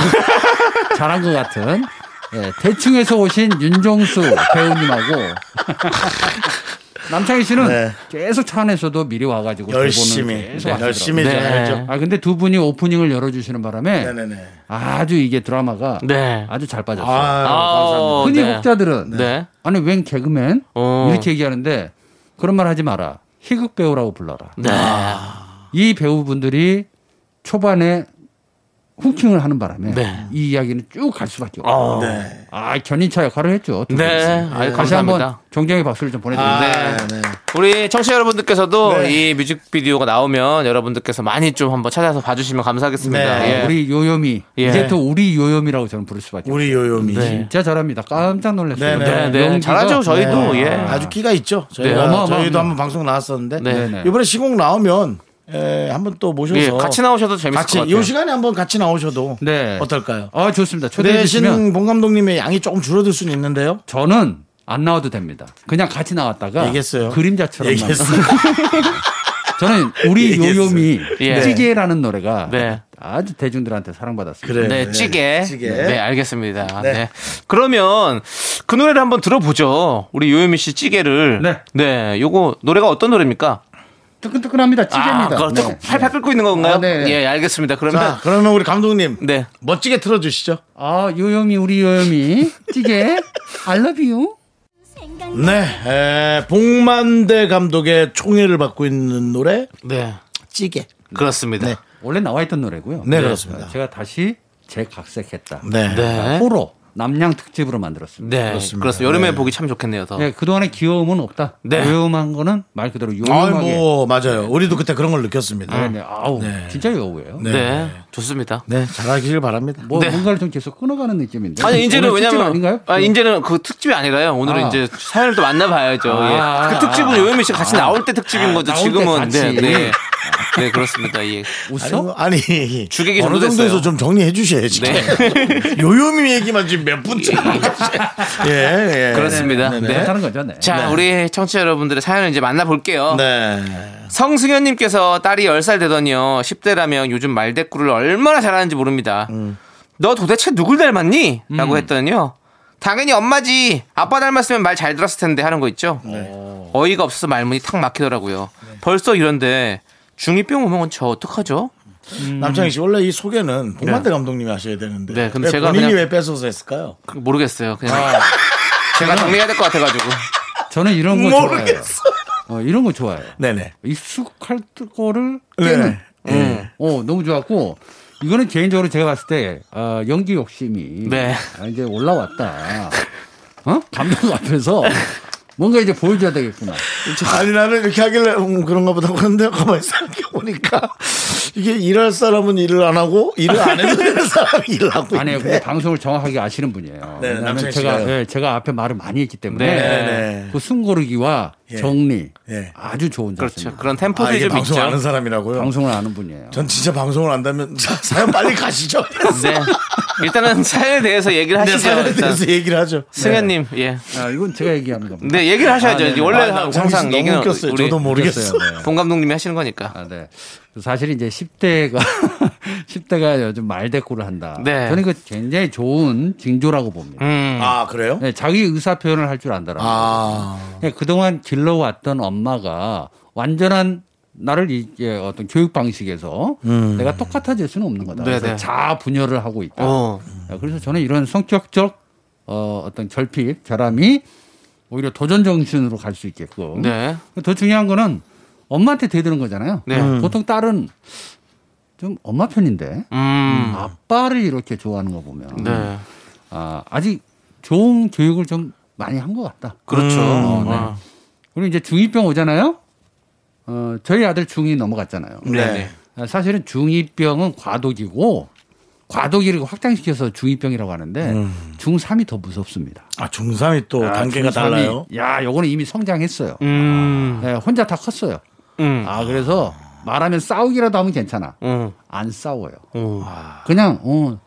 Speaker 5: 잘한 것 같은 예, 대충에서 오신 윤종수 배우님하고 남창희 씨는
Speaker 1: 네.
Speaker 5: 계속 차 안에서도 미리 와가지고 대본을
Speaker 1: 열심히
Speaker 5: 계속
Speaker 1: 네,
Speaker 5: 하시더라고요.
Speaker 1: 열심히
Speaker 2: 네.
Speaker 1: 전했죠.
Speaker 5: 아 근데 두 분이 오프닝을 열어주시는 바람에
Speaker 1: 네네네.
Speaker 5: 아주 이게 드라마가
Speaker 2: 네.
Speaker 5: 아주 잘
Speaker 1: 아, 어,
Speaker 5: 빠졌어요.
Speaker 2: 아,
Speaker 5: 흔히
Speaker 2: 네.
Speaker 5: 혹자들은
Speaker 2: 네.
Speaker 5: 아니 웬 개그맨
Speaker 2: 어.
Speaker 5: 이렇게 얘기하는데 그런 말 하지 마라. 희극 배우라고 불러라.
Speaker 2: 네.
Speaker 5: 이 배우분들이 초반에 후킹을 하는 바람에
Speaker 2: 네.
Speaker 5: 이 이야기는 쭉 갈 수밖에 없고
Speaker 2: 어. 네.
Speaker 1: 네.
Speaker 5: 아 견인차 역할을 했죠. 두 분이.
Speaker 2: 아유,
Speaker 5: 다시 한번
Speaker 2: 네. 감사합니다.
Speaker 5: 존경의 박수를 좀
Speaker 1: 아,
Speaker 5: 보내드립니다.
Speaker 1: 네. 네.
Speaker 2: 우리 청취자 여러분들께서도
Speaker 1: 네.
Speaker 2: 이 뮤직비디오가 나오면 여러분들께서 많이 좀 한번 찾아서 봐주시면 감사하겠습니다.
Speaker 1: 네.
Speaker 2: 예.
Speaker 5: 우리 요요미
Speaker 2: 예.
Speaker 5: 이제 또 우리 요요미라고 저는 부를 수밖에 없어요.
Speaker 1: 우리 요요미.
Speaker 2: 네.
Speaker 5: 진짜 잘합니다. 깜짝 놀랐어요.
Speaker 1: 네,
Speaker 2: 네, 네.
Speaker 5: 연기가
Speaker 2: 잘하죠, 저희도.
Speaker 1: 네.
Speaker 2: 예.
Speaker 1: 아주 끼가 있죠.
Speaker 2: 네,
Speaker 1: 저희가
Speaker 5: 어마어마합니다.
Speaker 1: 저희도 한번 방송 나왔었는데
Speaker 2: 네.
Speaker 5: 네.
Speaker 1: 이번에 시공 나오면 에, 한번 또 모셔서
Speaker 2: 예, 같이 나오셔도 재밌을
Speaker 1: 같이
Speaker 2: 것 같아요.
Speaker 1: 이 시간에 한번 같이 나오셔도
Speaker 5: 네.
Speaker 1: 어떨까요?
Speaker 5: 아 좋습니다.
Speaker 1: 그
Speaker 5: 초대해 주시면
Speaker 1: 대신 봉 감독님의 양이 조금 줄어들 수는 있는데요.
Speaker 5: 저는 안 나와도 됩니다. 그냥 같이 나왔다가
Speaker 1: 알겠어요.
Speaker 5: 그림자처럼 나와요.
Speaker 1: 얘기했어요.
Speaker 5: 저는 우리
Speaker 1: 얘기했어요.
Speaker 5: 요요미
Speaker 2: 예.
Speaker 5: 찌개라는 노래가
Speaker 2: 네.
Speaker 5: 아주 대중들한테 사랑받았습니다.
Speaker 1: 그래요.
Speaker 2: 네, 찌개.
Speaker 1: 찌개.
Speaker 2: 네, 알겠습니다. 네. 그러면 그 노래를 한번 들어보죠. 우리 요요미 씨 찌개를.
Speaker 5: 네.
Speaker 2: 요거 노래가 어떤 노래입니까?
Speaker 5: 뜨끈뜨끈합니다.
Speaker 2: 아,
Speaker 5: 찌개입니다.
Speaker 2: 그거 또
Speaker 5: 네.
Speaker 2: 팔팔 끓고 있는 건가요?
Speaker 5: 아, 네.
Speaker 2: 예, 알겠습니다. 그러면
Speaker 1: 자, 그러면 우리 감독님
Speaker 2: 네.
Speaker 1: 멋지게 틀어주시죠.
Speaker 5: 아, 요요미 우리 요요미 찌개 I love you.
Speaker 1: 네, 에, 봉만대 감독의 총애를 받고 있는 노래
Speaker 2: 네.
Speaker 1: 찌개.
Speaker 2: 그렇습니다.
Speaker 1: 네.
Speaker 5: 원래 나와 있던 노래고요.
Speaker 1: 네, 그렇습니다.
Speaker 5: 제가 다시 재각색했다.
Speaker 1: 네,
Speaker 2: 네.
Speaker 5: 호로 남양 특집으로 만들었습니다.
Speaker 2: 네.
Speaker 1: 그렇습니다.
Speaker 2: 그렇습니다. 여름에
Speaker 1: 네.
Speaker 2: 보기 참 좋겠네요, 더.
Speaker 5: 네, 그동안의 귀여움은 없다.
Speaker 2: 네.
Speaker 5: 요요한 거는 말 그대로
Speaker 1: 아이
Speaker 5: 요요하게.
Speaker 1: 뭐 맞아요. 우리도 그때 그런 걸 느꼈습니다.
Speaker 5: 네, 네. 아우,
Speaker 1: 네.
Speaker 5: 진짜 여우예요.
Speaker 1: 네.
Speaker 2: 네, 좋습니다.
Speaker 1: 네, 잘하시길 바랍니다.
Speaker 5: 뭐
Speaker 2: 네.
Speaker 5: 뭔가를 좀 계속 끊어가는 느낌인데.
Speaker 2: 아니 이제는
Speaker 5: 오늘 특집
Speaker 2: 왜냐면
Speaker 5: 아닌가요? 네.
Speaker 2: 아 이제는 그 특집이 아니라요. 오늘은
Speaker 5: 아.
Speaker 2: 이제 사연을 또 만나봐야죠.
Speaker 5: 아,
Speaker 2: 예.
Speaker 5: 아,
Speaker 2: 그 특집은
Speaker 5: 아.
Speaker 2: 요요미 씨 같이 나올 때 특집인 거죠.
Speaker 5: 나올 때
Speaker 2: 지금은
Speaker 5: 같이.
Speaker 2: 네, 네. 네 그렇습니다. 예.
Speaker 5: 웃어?
Speaker 1: 아니, 예.
Speaker 2: 주객이
Speaker 1: 어느
Speaker 2: 정도
Speaker 1: 정도에서
Speaker 2: 됐어요.
Speaker 1: 좀 정리해 주셔야지.
Speaker 2: 네.
Speaker 1: 요요미 얘기만 지금 몇 분째. 예, 예.
Speaker 2: 그렇습니다. 네.
Speaker 5: 괜찮은 거죠, 네.
Speaker 2: 자 우리 청취자 여러분들의 사연을 이제 만나볼게요.
Speaker 1: 네.
Speaker 2: 성승현님께서 딸이 10살 되더니요 10대라면 요즘 말대꾸를 얼마나 잘하는지 모릅니다.
Speaker 1: 음.
Speaker 2: 너 도대체 누굴 닮았니? 라고 했더니요 당연히 엄마지 아빠 닮았으면 말 잘 들었을 텐데 하는 거 있죠.
Speaker 1: 네.
Speaker 2: 어이가 없어서 말문이 탁 막히더라고요. 벌써 이런데 중2병 오면 저 어떡하죠?
Speaker 1: 남창희 씨 원래 이 소개는 봉만대 감독님이 하셔야 되는데.
Speaker 2: 네, 근데
Speaker 1: 왜
Speaker 2: 제가
Speaker 1: 본인이
Speaker 2: 그냥-
Speaker 1: 왜 뺏어서 했을까요?
Speaker 2: 그- 모르겠어요. 그냥
Speaker 1: 아.
Speaker 2: 제가 정리해야 될 것 같아가지고.
Speaker 1: 그렇죠.
Speaker 5: 저는 이런 거 좋아해요.
Speaker 1: 모르겠어.
Speaker 5: 어, 이런 거 좋아해요.
Speaker 1: 네네.
Speaker 5: 익숙할 거를 깨는.
Speaker 1: 네.
Speaker 5: 어, 너무 좋았고 이거는 개인적으로 제가 봤을 때 어, 연기 욕심이
Speaker 2: 네.
Speaker 5: 아, 이제 올라왔다. 어? 감독 앞에서 뭔가 이제 보여줘야 되겠구나.
Speaker 1: 아니 나는 이렇게 하길래 음, 그런가 보다 그런데 가만히 생각해보니까 이게 일할 사람은 일을 안 하고 일을 안 해도 되는 사람이 일을 하고 있네.
Speaker 5: 아니에요. 근데 방송을 정확하게 아시는 분이에요.
Speaker 1: 네,
Speaker 5: 왜냐하면
Speaker 1: 남창희
Speaker 5: 제가
Speaker 1: 씨가요.
Speaker 5: 예, 제가 앞에 말을 많이 했기 때문에
Speaker 2: 네,
Speaker 1: 네.
Speaker 5: 그 숨고르기와
Speaker 1: 예.
Speaker 5: 정리
Speaker 1: 예.
Speaker 5: 아주 좋은
Speaker 2: 그렇죠.
Speaker 5: 자세입니다.
Speaker 2: 그런
Speaker 1: 아,
Speaker 2: 템포에
Speaker 1: 이게
Speaker 2: 좀
Speaker 1: 방송
Speaker 2: 있죠.
Speaker 1: 아는 사람이라고요?
Speaker 5: 방송을 아는 분이에요.
Speaker 1: 전 진짜 방송을 안다면 자, 사연 빨리 가시죠.
Speaker 2: 네. 일단은 사연에 대해서 얘기를
Speaker 1: 네,
Speaker 2: 하시죠.
Speaker 1: 사연에
Speaker 2: 일단.
Speaker 1: 대해서 얘기를 하죠.
Speaker 2: 승현님, 예.
Speaker 5: 아, 이건 제가 얘기하는 겁니다.
Speaker 2: 네, 얘기를 하셔야죠. 원래
Speaker 1: 아, 남창희 씨
Speaker 2: 항상
Speaker 1: 너무
Speaker 2: 얘기는
Speaker 1: 웃겼어요.
Speaker 2: 우리
Speaker 1: 저도 모르겠어요.
Speaker 5: 그랬어요, 네.
Speaker 2: 봉 감독님이 하시는 거니까.
Speaker 5: 아, 네. 사실 이제 10대가 10대가 요즘 말대꾸를 한다.
Speaker 2: 네.
Speaker 5: 저는 그 굉장히 좋은 징조라고 봅니다.
Speaker 2: 음.
Speaker 1: 아, 그래요?
Speaker 5: 네, 자기 의사 표현을 할 줄 안다라는.
Speaker 1: 아,
Speaker 5: 예, 그동안 길러왔던 엄마가 완전한 나를 이제 예, 어떤 교육 방식에서 내가 똑같아질 수는 없는 거다.
Speaker 2: 음. 네네.
Speaker 5: 그래서 자아 분열을 하고 있다.
Speaker 2: 어.
Speaker 5: 예, 그래서 저는 이런 성격적 어, 어떤 결핍, 결함이 오히려 도전 정신으로 갈 수 있겠고.
Speaker 2: 네.
Speaker 5: 더 중요한 거는 엄마한테 대드는 거잖아요.
Speaker 2: 네. 음.
Speaker 5: 보통 딸은 좀 엄마 편인데
Speaker 2: 음.
Speaker 5: 아빠를 이렇게 좋아하는 거 보면
Speaker 2: 네.
Speaker 5: 아, 아직 좋은 교육을 좀 많이 한 것 같다.
Speaker 2: 그렇죠.
Speaker 5: 어, 네.
Speaker 2: 아.
Speaker 5: 그리고 이제 중2병 오잖아요. 어, 저희 아들 중2 넘어갔잖아요.
Speaker 2: 네. 네.
Speaker 5: 아, 사실은 중2병은 과도기고 과도기를 확장시켜서 중2병이라고 하는데
Speaker 2: 음.
Speaker 5: 중3이 더 무섭습니다.
Speaker 1: 아 중3이 또 단계가
Speaker 5: 중3이
Speaker 1: 달라요.
Speaker 5: 야, 요거는 이미 성장했어요.
Speaker 2: 음.
Speaker 5: 네, 혼자 다 컸어요.
Speaker 2: 음.
Speaker 5: 아, 그래서 말하면 싸우기라도 하면 괜찮아.
Speaker 2: 음.
Speaker 5: 안 싸워요.
Speaker 2: 음.
Speaker 5: 그냥 어,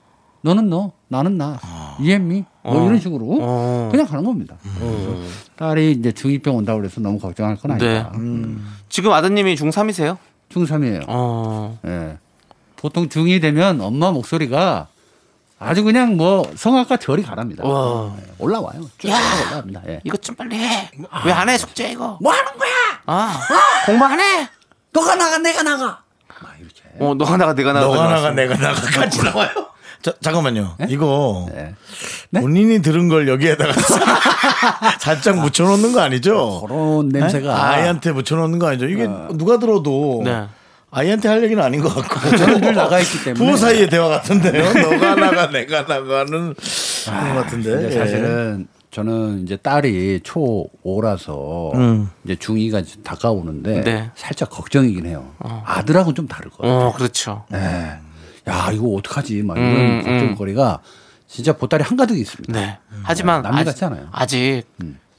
Speaker 5: 너는 너, 나는 나, 이엠미 뭐 이런 식으로
Speaker 2: 아. 어.
Speaker 5: 그냥 가는 겁니다. 딸이 이제 중2병 온다고 그래서 너무 걱정할 건
Speaker 2: 네.
Speaker 5: 아니다. 음.
Speaker 2: 지금 아드님이 중3이세요?
Speaker 5: 중3이에요.
Speaker 2: 어.
Speaker 5: 예. 보통 중이 되면 엄마 목소리가 아주 그냥 뭐 성악과 절이 가랍니다.
Speaker 2: 와. 네?
Speaker 5: 예, 올라와요. 쭉 올라갑니다. 예.
Speaker 2: 어. 이것 좀 빨리 해. 왜 안 해, 숙제 이거? 뭐 하는 거야? 아. 공부 안 해.
Speaker 5: 너가 나가 내가 나가.
Speaker 2: 어, 너가 나가 내가 나가.
Speaker 1: 너가 나가 내가 나가까지
Speaker 2: 네.
Speaker 1: 나와요. 자, 잠깐만요. 이거
Speaker 5: 네.
Speaker 1: 본인이 들은 걸 여기에다가 살짝 묻혀놓는 거 아니죠?
Speaker 5: 그런
Speaker 1: 네?
Speaker 5: 냄새가
Speaker 1: 아이한테 묻혀놓는 거 아니죠? 이게 누가 들어도
Speaker 2: 네.
Speaker 1: 아이한테 할 얘기는 아닌 것 같고
Speaker 5: 저는 늘 나가 있기 때문에.
Speaker 1: 부부 사이의 대화 같은데요. 너가 나가 내가 나가는 그런 것 같은데 예.
Speaker 2: 예.
Speaker 5: 근데 사실은 저는 이제 딸이 초5라서 이제 중2가 다가오는데
Speaker 2: 음. 네.
Speaker 5: 살짝 걱정이긴 해요. 아들하고 좀 다르거든요. 예.
Speaker 2: 어, 그렇죠.
Speaker 5: 야, 이거 어떡하지? 막 이런
Speaker 2: 음,
Speaker 5: 걱정거리가 진짜 보따리 한가득 있습니다.
Speaker 2: 네. 하지만
Speaker 5: 남미
Speaker 2: 아직-
Speaker 5: 같지 않아요.
Speaker 2: 아직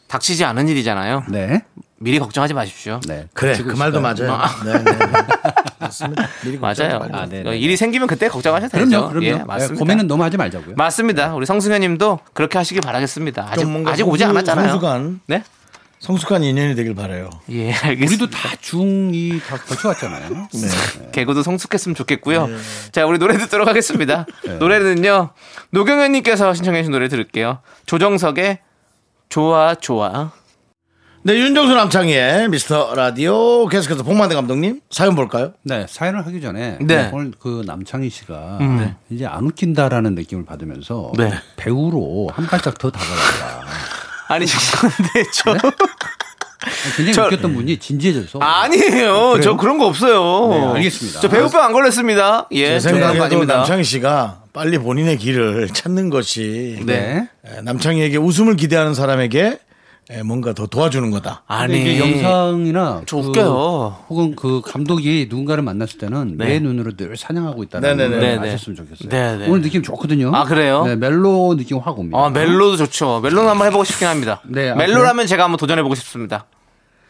Speaker 2: 닥치지 않은 일이잖아요.
Speaker 5: 네.
Speaker 2: 미리 걱정하지 마십시오.
Speaker 5: 네.
Speaker 1: 그래 그 말도 맞아요. 네, 네, 네. 맞습니다. 미리
Speaker 2: 맞아요.
Speaker 1: 걱정
Speaker 2: 아,
Speaker 1: 말고.
Speaker 5: 네,
Speaker 2: 어,
Speaker 5: 네.
Speaker 2: 일이 생기면 그때 걱정하셔도 되죠.
Speaker 5: 그럼요, 그럼요.
Speaker 2: 예,
Speaker 5: 예,
Speaker 2: 맞습니다.
Speaker 5: 고민은 너무 하지 말자고요.
Speaker 2: 맞습니다. 우리 성승현님도 그렇게 하시길 바라겠습니다. 아직
Speaker 1: 좀 뭔가
Speaker 2: 아직 오지
Speaker 1: 성수-
Speaker 2: 않았잖아요.
Speaker 1: 성숙한.
Speaker 2: 네.
Speaker 1: 성숙한 인연이 되길 바라요.
Speaker 2: 예, 알겠습니다.
Speaker 5: 우리도 다 네. 중2 다 거쳐왔잖아요.
Speaker 2: 네. 개그도 성숙했으면 좋겠고요.
Speaker 5: 네.
Speaker 2: 자, 우리 노래 듣도록 하겠습니다. 노래는요. 노경현님께서 신청해 주신 노래 들을게요. 조정석의 좋아 좋아.
Speaker 1: 네 윤정수 남창희의 미스터 라디오 계속해서 복만대 감독님 사연 볼까요?
Speaker 5: 네, 사연을 하기 전에
Speaker 2: 네. 음.
Speaker 5: 오늘 그 남창희 씨가 이제 안 웃긴다라는 느낌을 받으면서
Speaker 2: 네.
Speaker 5: 배우로 한 발짝 더 다가갔다.
Speaker 2: 아니
Speaker 5: 네.
Speaker 2: 죄송한데 저
Speaker 5: 굉장히
Speaker 2: 저-
Speaker 5: 웃겼던 분이 진지해져서
Speaker 2: 아니에요. 저 그런 거 없어요.
Speaker 5: 네, 알겠습니다.
Speaker 2: 저 배우병 안 걸렸습니다.
Speaker 1: 제
Speaker 2: 예, 저 그런 거
Speaker 1: 생각에도
Speaker 2: 아닙니다.
Speaker 1: 남창희 씨가 빨리 본인의 길을 찾는 것이
Speaker 5: 네.
Speaker 1: 에, 남창희에게 웃음을 기대하는 사람에게 에, 뭔가 더 도와주는 거다.
Speaker 5: 근데
Speaker 2: 아니
Speaker 5: 이게 영상이나 그
Speaker 2: 저 웃겨요. 네.
Speaker 5: 혹은 그 감독이 누군가를 만났을 때는 내 눈으로 늘 사냥하고 있다는
Speaker 1: 네네네.
Speaker 5: 걸
Speaker 2: 네네.
Speaker 5: 아셨으면 좋겠어요.
Speaker 2: 네네.
Speaker 5: 오늘 느낌 좋거든요.
Speaker 2: 아, 그래요?
Speaker 5: 네, 멜로 느낌 확 옵니다.
Speaker 2: 아, 멜로도 좋죠. 멜로는 한번 해보고 싶긴 합니다.
Speaker 5: 네, 아,
Speaker 2: 멜로라면 제가 한번 도전해보고 싶습니다.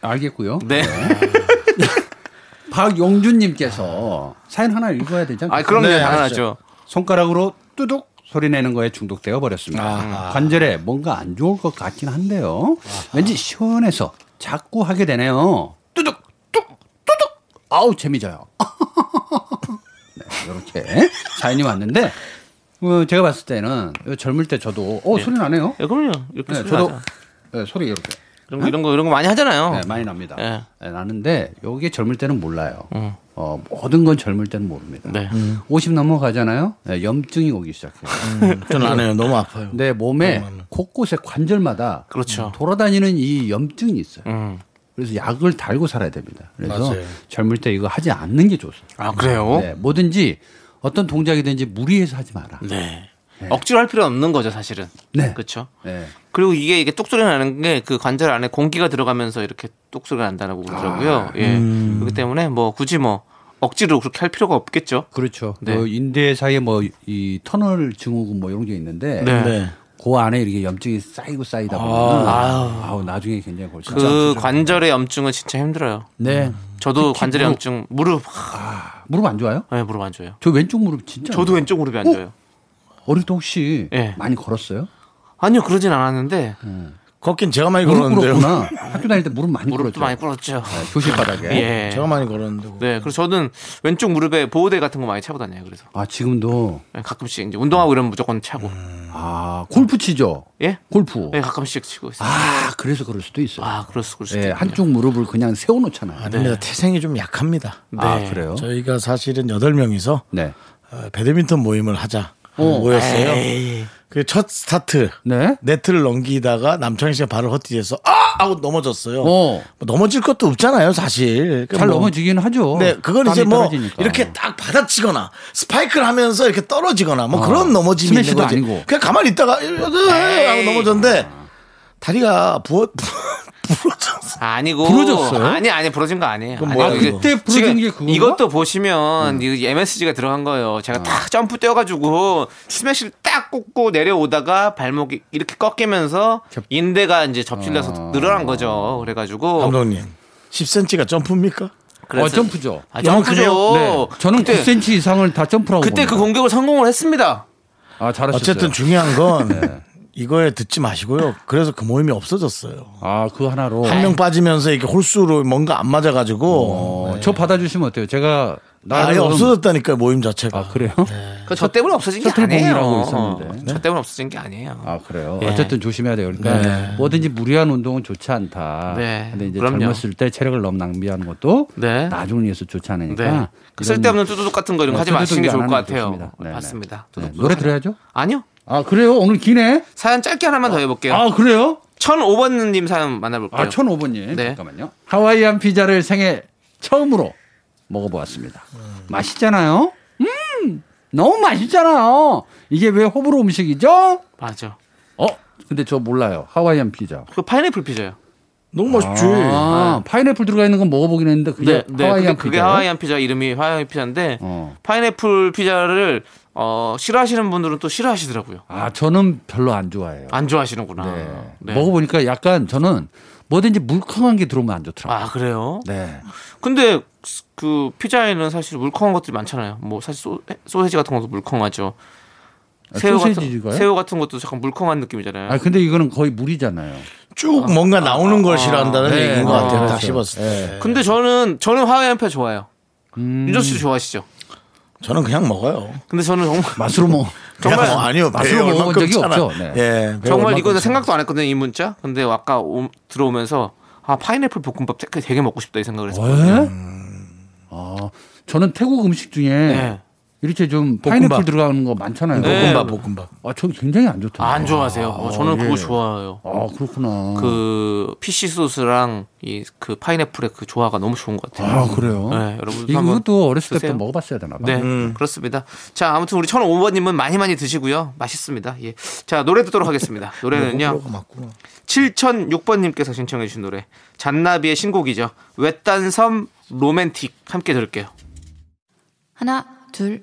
Speaker 5: 알겠고요.
Speaker 2: 네.
Speaker 5: 박용준님께서 사연 하나 읽어야 되지 않겠습니까?
Speaker 2: 아, 그럼요.
Speaker 1: 네,
Speaker 2: 당연하죠.
Speaker 5: 손가락으로 뚜둑 소리 내는 거에 중독되어 버렸습니다. 음. 관절에 뭔가 안 좋을 것 같긴 한데요. 왠지 시원해서 자꾸 하게 되네요. 뚜둑, 뚜둑, 뚜둑. 아우 재미져요. 네, 이렇게 사연이 왔는데 어, 제가 봤을 때는 젊을 때 저도 어 소리 나네요.
Speaker 2: 예, 그럼요. 이렇게
Speaker 5: 네,
Speaker 2: 소리
Speaker 5: 저도
Speaker 2: 나죠.
Speaker 5: 네, 소리 이렇게
Speaker 2: 이런 거, 이런 거, 이런 거 많이 하잖아요.
Speaker 5: 네, 많이 납니다.
Speaker 2: 예. 음.
Speaker 5: 네, 나는데 요게 젊을 때는 몰라요. 어, 모든 건 젊을 때는 모릅니다.
Speaker 2: 네.
Speaker 5: 50 넘어가잖아요. 네, 염증이 오기 시작해요.
Speaker 1: 음, 저는 안 해요. 너무 아파요.
Speaker 5: 내 몸에 곳곳에 관절마다
Speaker 2: 음.
Speaker 5: 음,
Speaker 2: 그렇죠.
Speaker 5: 돌아다니는 이 염증이 있어요.
Speaker 2: 음.
Speaker 5: 그래서 약을 달고 살아야 됩니다. 그래서
Speaker 1: 맞아요.
Speaker 5: 젊을 때 이거 하지 않는 게 좋습니다.
Speaker 2: 아, 그래요?
Speaker 5: 네, 뭐든지 어떤 동작이든지 무리해서 하지 마라.
Speaker 2: 네. 억지로 할 필요 없는 거죠, 사실은.
Speaker 5: 네.
Speaker 2: 그렇죠.
Speaker 5: 네.
Speaker 2: 그리고 이게 이게 뚝 소리가 나는 게 그 관절 안에 공기가 들어가면서 이렇게 뚝 소리가 난다고 그러더라고요. 예. 그렇기 때문에 뭐 굳이 뭐 억지로 그렇게 할 필요가 없겠죠.
Speaker 5: 그렇죠.
Speaker 2: 네.
Speaker 5: 뭐 인대 사이에 뭐 이 터널 증후군 뭐 이런 게 있는데
Speaker 2: 네.
Speaker 1: 네.
Speaker 6: 그 안에 이렇게 염증이 쌓이고 쌓이다 보면 아, 아우 나중에 굉장히 골치 아프죠.
Speaker 2: 그 관절의 음. 염증은 진짜 힘들어요.
Speaker 6: 네.
Speaker 2: 저도
Speaker 6: 특히
Speaker 2: 관절의
Speaker 6: 무릎.
Speaker 2: 염증 무릎
Speaker 6: 무릎 안 좋아요?
Speaker 2: 네, 무릎 안 좋아요.
Speaker 6: 저 왼쪽 무릎
Speaker 5: 네.
Speaker 6: 진짜. 안
Speaker 2: 저도
Speaker 6: 좋아요.
Speaker 2: 왼쪽 무릎이 안 좋아요.
Speaker 6: 어릴 때 혹시
Speaker 2: 예.
Speaker 6: 많이 걸었어요?
Speaker 2: 아니요 그러진 않았는데
Speaker 1: 걷긴 제가 많이
Speaker 6: 무릎
Speaker 1: 걸었는데요.
Speaker 6: 꿇었구나. 학교 다닐 때 무릎 많이
Speaker 2: 무릎도
Speaker 5: 그렇죠.
Speaker 6: 꿇었죠. 아,
Speaker 2: 많이 부러졌죠.
Speaker 6: 교실 바닥에.
Speaker 2: 예.
Speaker 1: 네. 제가 많이 걸었는데.
Speaker 2: 네, 그래서 저는 왼쪽 무릎에 보호대 같은 거 많이 차고 다녀요. 그래서 네,
Speaker 6: 아 지금도
Speaker 2: 가끔씩 이제 운동하고 이러면 무조건 차고
Speaker 6: 아 골프 치죠.
Speaker 2: 예,
Speaker 6: 골프.
Speaker 2: 네, 가끔씩 치고 있어요.
Speaker 6: 아 그래서 그럴 수도 있어요.
Speaker 2: 아, 그럴 수, 그럴 수.
Speaker 6: 예,
Speaker 2: 있겠네요.
Speaker 6: 한쪽 무릎을 그냥 세워놓잖아요.
Speaker 1: 아닙니다. 태생이 좀 약합니다.
Speaker 6: 아
Speaker 2: 네.
Speaker 6: 그래요?
Speaker 1: 저희가 사실은 여덟 명이서 어,
Speaker 6: 네.
Speaker 1: 배드민턴 모임을 하자
Speaker 6: 어.
Speaker 1: 모였어요. 그 첫 스타트
Speaker 6: 네.
Speaker 1: 네트를 넘기다가 남창희 씨가 발을 헛디뎌서 아 하고 넘어졌어요.
Speaker 6: 어.
Speaker 1: 뭐 넘어질 것도 없잖아요, 사실. 그러니까
Speaker 6: 잘
Speaker 1: 뭐-
Speaker 6: 넘어지긴 하죠.
Speaker 1: 네, 그건 이제
Speaker 6: 땀이
Speaker 1: 뭐
Speaker 6: 떨어지니까.
Speaker 1: 이렇게 딱 받아치거나 스파이크를 하면서 이렇게 떨어지거나 뭐 그런 넘어짐이 있는
Speaker 6: 스매시도
Speaker 1: 거지.
Speaker 6: 아니고.
Speaker 1: 그냥 가만히 있다가 으, 하고 넘어졌는데 다리가 부어 부러져서
Speaker 2: 아니고
Speaker 6: 부러졌어요?
Speaker 2: 아니 아니 부러진 거 아니에요.
Speaker 1: 그럼
Speaker 2: 아니,
Speaker 1: 뭐야,
Speaker 2: 이게
Speaker 1: 그거?
Speaker 5: 그때 부러진
Speaker 2: 지금
Speaker 5: 게 그건가?
Speaker 2: 이것도 보시면 이 MSG가 들어간 거예요. 제가 탁 점프 뛰어가지고 스매시를 딱 꽂고 내려오다가 발목이 이렇게 꺾이면서 인대가 이제 접질려서 늘어난 거죠. 그래가지고
Speaker 1: 감독님 10cm가 점프입니까?
Speaker 2: 그래서-
Speaker 5: 어, 점프죠.
Speaker 2: 아, 점프죠.
Speaker 5: 네. 저는
Speaker 2: 그때,
Speaker 5: 9cm 이상을 다 점프라고.
Speaker 2: 그때 그
Speaker 5: 봅니다.
Speaker 2: 공격을 성공을 했습니다.
Speaker 5: 아, 잘하셨어요.
Speaker 1: 어쨌든 중요한 건
Speaker 6: 네.
Speaker 1: 이거에 듣지 마시고요. 그래서 그 모임이 없어졌어요.
Speaker 5: 아, 그 하나로.
Speaker 1: 한 명 빠지면서 이렇게 홀수로 뭔가 안 맞아가지고
Speaker 6: 네.
Speaker 5: 어, 저 받아주시면 어때요? 제가
Speaker 1: 아예
Speaker 5: 나름-
Speaker 1: 없어졌다니까 모임 자체가.
Speaker 5: 아, 그래요?
Speaker 2: 그저 때문에 없어진 게
Speaker 5: 셔틀봉이라고
Speaker 2: 아니에요.
Speaker 5: 있었는데. 네.
Speaker 2: 저 때문에 없어진 게 아니에요.
Speaker 5: 아 그래요.
Speaker 2: 예.
Speaker 5: 어쨌든 조심해야 돼요. 그러니까 뭐든지 무리한 운동은 좋지 않다.
Speaker 2: 네.
Speaker 5: 근데 이제
Speaker 2: 그럼요.
Speaker 5: 젊었을 때 체력을 너무 낭비하는 것도
Speaker 2: 네.
Speaker 5: 나중을 위해서 좋지 않으니까.
Speaker 2: 네. 그 쓸데없는 뚜두둑 같은 거 이런 거 하지
Speaker 5: 아. 네,
Speaker 2: 마시는
Speaker 5: 뚜두둑
Speaker 2: 게
Speaker 5: 안
Speaker 2: 좋을 것
Speaker 5: 하는 게
Speaker 2: 같아요.
Speaker 5: 좋습니다. 네네.
Speaker 2: 맞습니다.
Speaker 5: 네,
Speaker 2: 뚜두둑.
Speaker 5: 노래 들어야죠.
Speaker 2: 아니요.
Speaker 5: 아 그래요? 오늘 기네.
Speaker 2: 사연 짧게 하나만 더 해볼게요.
Speaker 5: 아 그래요?
Speaker 2: 1005번님 사연 만나볼게요.
Speaker 5: 아 1005번님
Speaker 2: 네. 네.
Speaker 5: 잠깐만요. 하와이안 피자를 생애 처음으로 먹어보았습니다.
Speaker 2: 음.
Speaker 5: 맛있잖아요. 음 너무 맛있잖아요. 이게 왜 호불호 음식이죠?
Speaker 2: 맞아.
Speaker 5: 어 근데 저 몰라요. 하와이안 피자.
Speaker 2: 그 파인애플 피자요.
Speaker 1: 너무 맛있지.
Speaker 5: 아, 파인애플 들어가 있는 건 먹어보긴 했는데 그게
Speaker 2: 네, 근데
Speaker 5: 하와이안
Speaker 2: 그게
Speaker 5: 피자.
Speaker 2: 하와이안 피자 이름이 하와이안 피자인데
Speaker 5: 어.
Speaker 2: 파인애플 피자를 어, 싫어하시는 분들은 또 싫어하시더라고요.
Speaker 5: 아 저는 별로 안 좋아해요.
Speaker 2: 안 좋아하시는구나.
Speaker 5: 네.
Speaker 2: 네.
Speaker 5: 먹어보니까 약간 저는 뭐든지 물컹한 게 들어오면 안 좋더라고요.
Speaker 2: 아 그래요?
Speaker 5: 네.
Speaker 2: 근데 그 피자에는 사실 물컹한 것들이 많잖아요. 뭐 사실 소, 소세지 같은 것도 물컹하죠.
Speaker 5: 아,
Speaker 2: 새우 같은
Speaker 5: 소세지가요?
Speaker 2: 새우 같은 것도 약간 물컹한 느낌이잖아요. 네.
Speaker 5: 아 근데 이거는 거의 물이잖아요.
Speaker 1: 쭉 뭔가 나오는 걸 싫어한다는
Speaker 5: 네,
Speaker 1: 얘기인 것
Speaker 5: 아,
Speaker 1: 같아요.
Speaker 5: 그렇죠.
Speaker 1: 다시 봤을 때.
Speaker 2: 근데 저는 저는 하와이안 피자 좋아해요. 윤정 씨도 좋아하시죠?
Speaker 1: 저는 그냥 먹어요.
Speaker 2: 근데 저는 정말
Speaker 5: 맛으로 먹.
Speaker 2: 정말
Speaker 1: 그냥 뭐 아니요. 배에
Speaker 5: 맛으로 먹어본
Speaker 1: 얼만큼
Speaker 5: 적이
Speaker 1: 차나.
Speaker 5: 없죠. 네.
Speaker 1: 예, 배에
Speaker 2: 정말
Speaker 1: 얼만큼
Speaker 2: 이거
Speaker 1: 차나.
Speaker 2: 생각도 안 했거든요 이 문자. 근데 아까 오- 들어오면서 아 파인애플 볶음밥 되게, 되게 먹고 싶다 이 생각을 했어요.
Speaker 5: 에? 아 저는 태국 음식 중에
Speaker 2: 네.
Speaker 5: 이렇게 좀
Speaker 1: 볶음밥.
Speaker 5: 파인애플 들어가는 거 많잖아요.
Speaker 2: 네.
Speaker 1: 볶음밥 볶음밥.
Speaker 5: 아 저기 굉장히 안 좋더라고요.
Speaker 2: 안 좋아하세요? 어, 저는 그거 좋아해요.
Speaker 5: 아 그렇구나.
Speaker 2: 그 피쉬 소스랑 이 그 파인애플의 그 조화가 너무 좋은 것 같아요.
Speaker 5: 아 그래요.
Speaker 2: 네, 여러분도 한번
Speaker 5: 이것도 어렸을
Speaker 2: 드세요.
Speaker 5: 때부터 먹어봤어야 되나 봐.
Speaker 2: 네,
Speaker 6: 음.
Speaker 2: 그렇습니다. 자, 아무튼 우리 1005번님은 많이 많이 드시고요. 맛있습니다. 예. 자, 노래 듣도록 하겠습니다.
Speaker 6: 네,
Speaker 2: 노래는요. 7006번님께서 신청해주신 노래. 잔나비의 신곡이죠. 외딴섬 로맨틱. 함께 들을게요.
Speaker 7: 하나, 둘,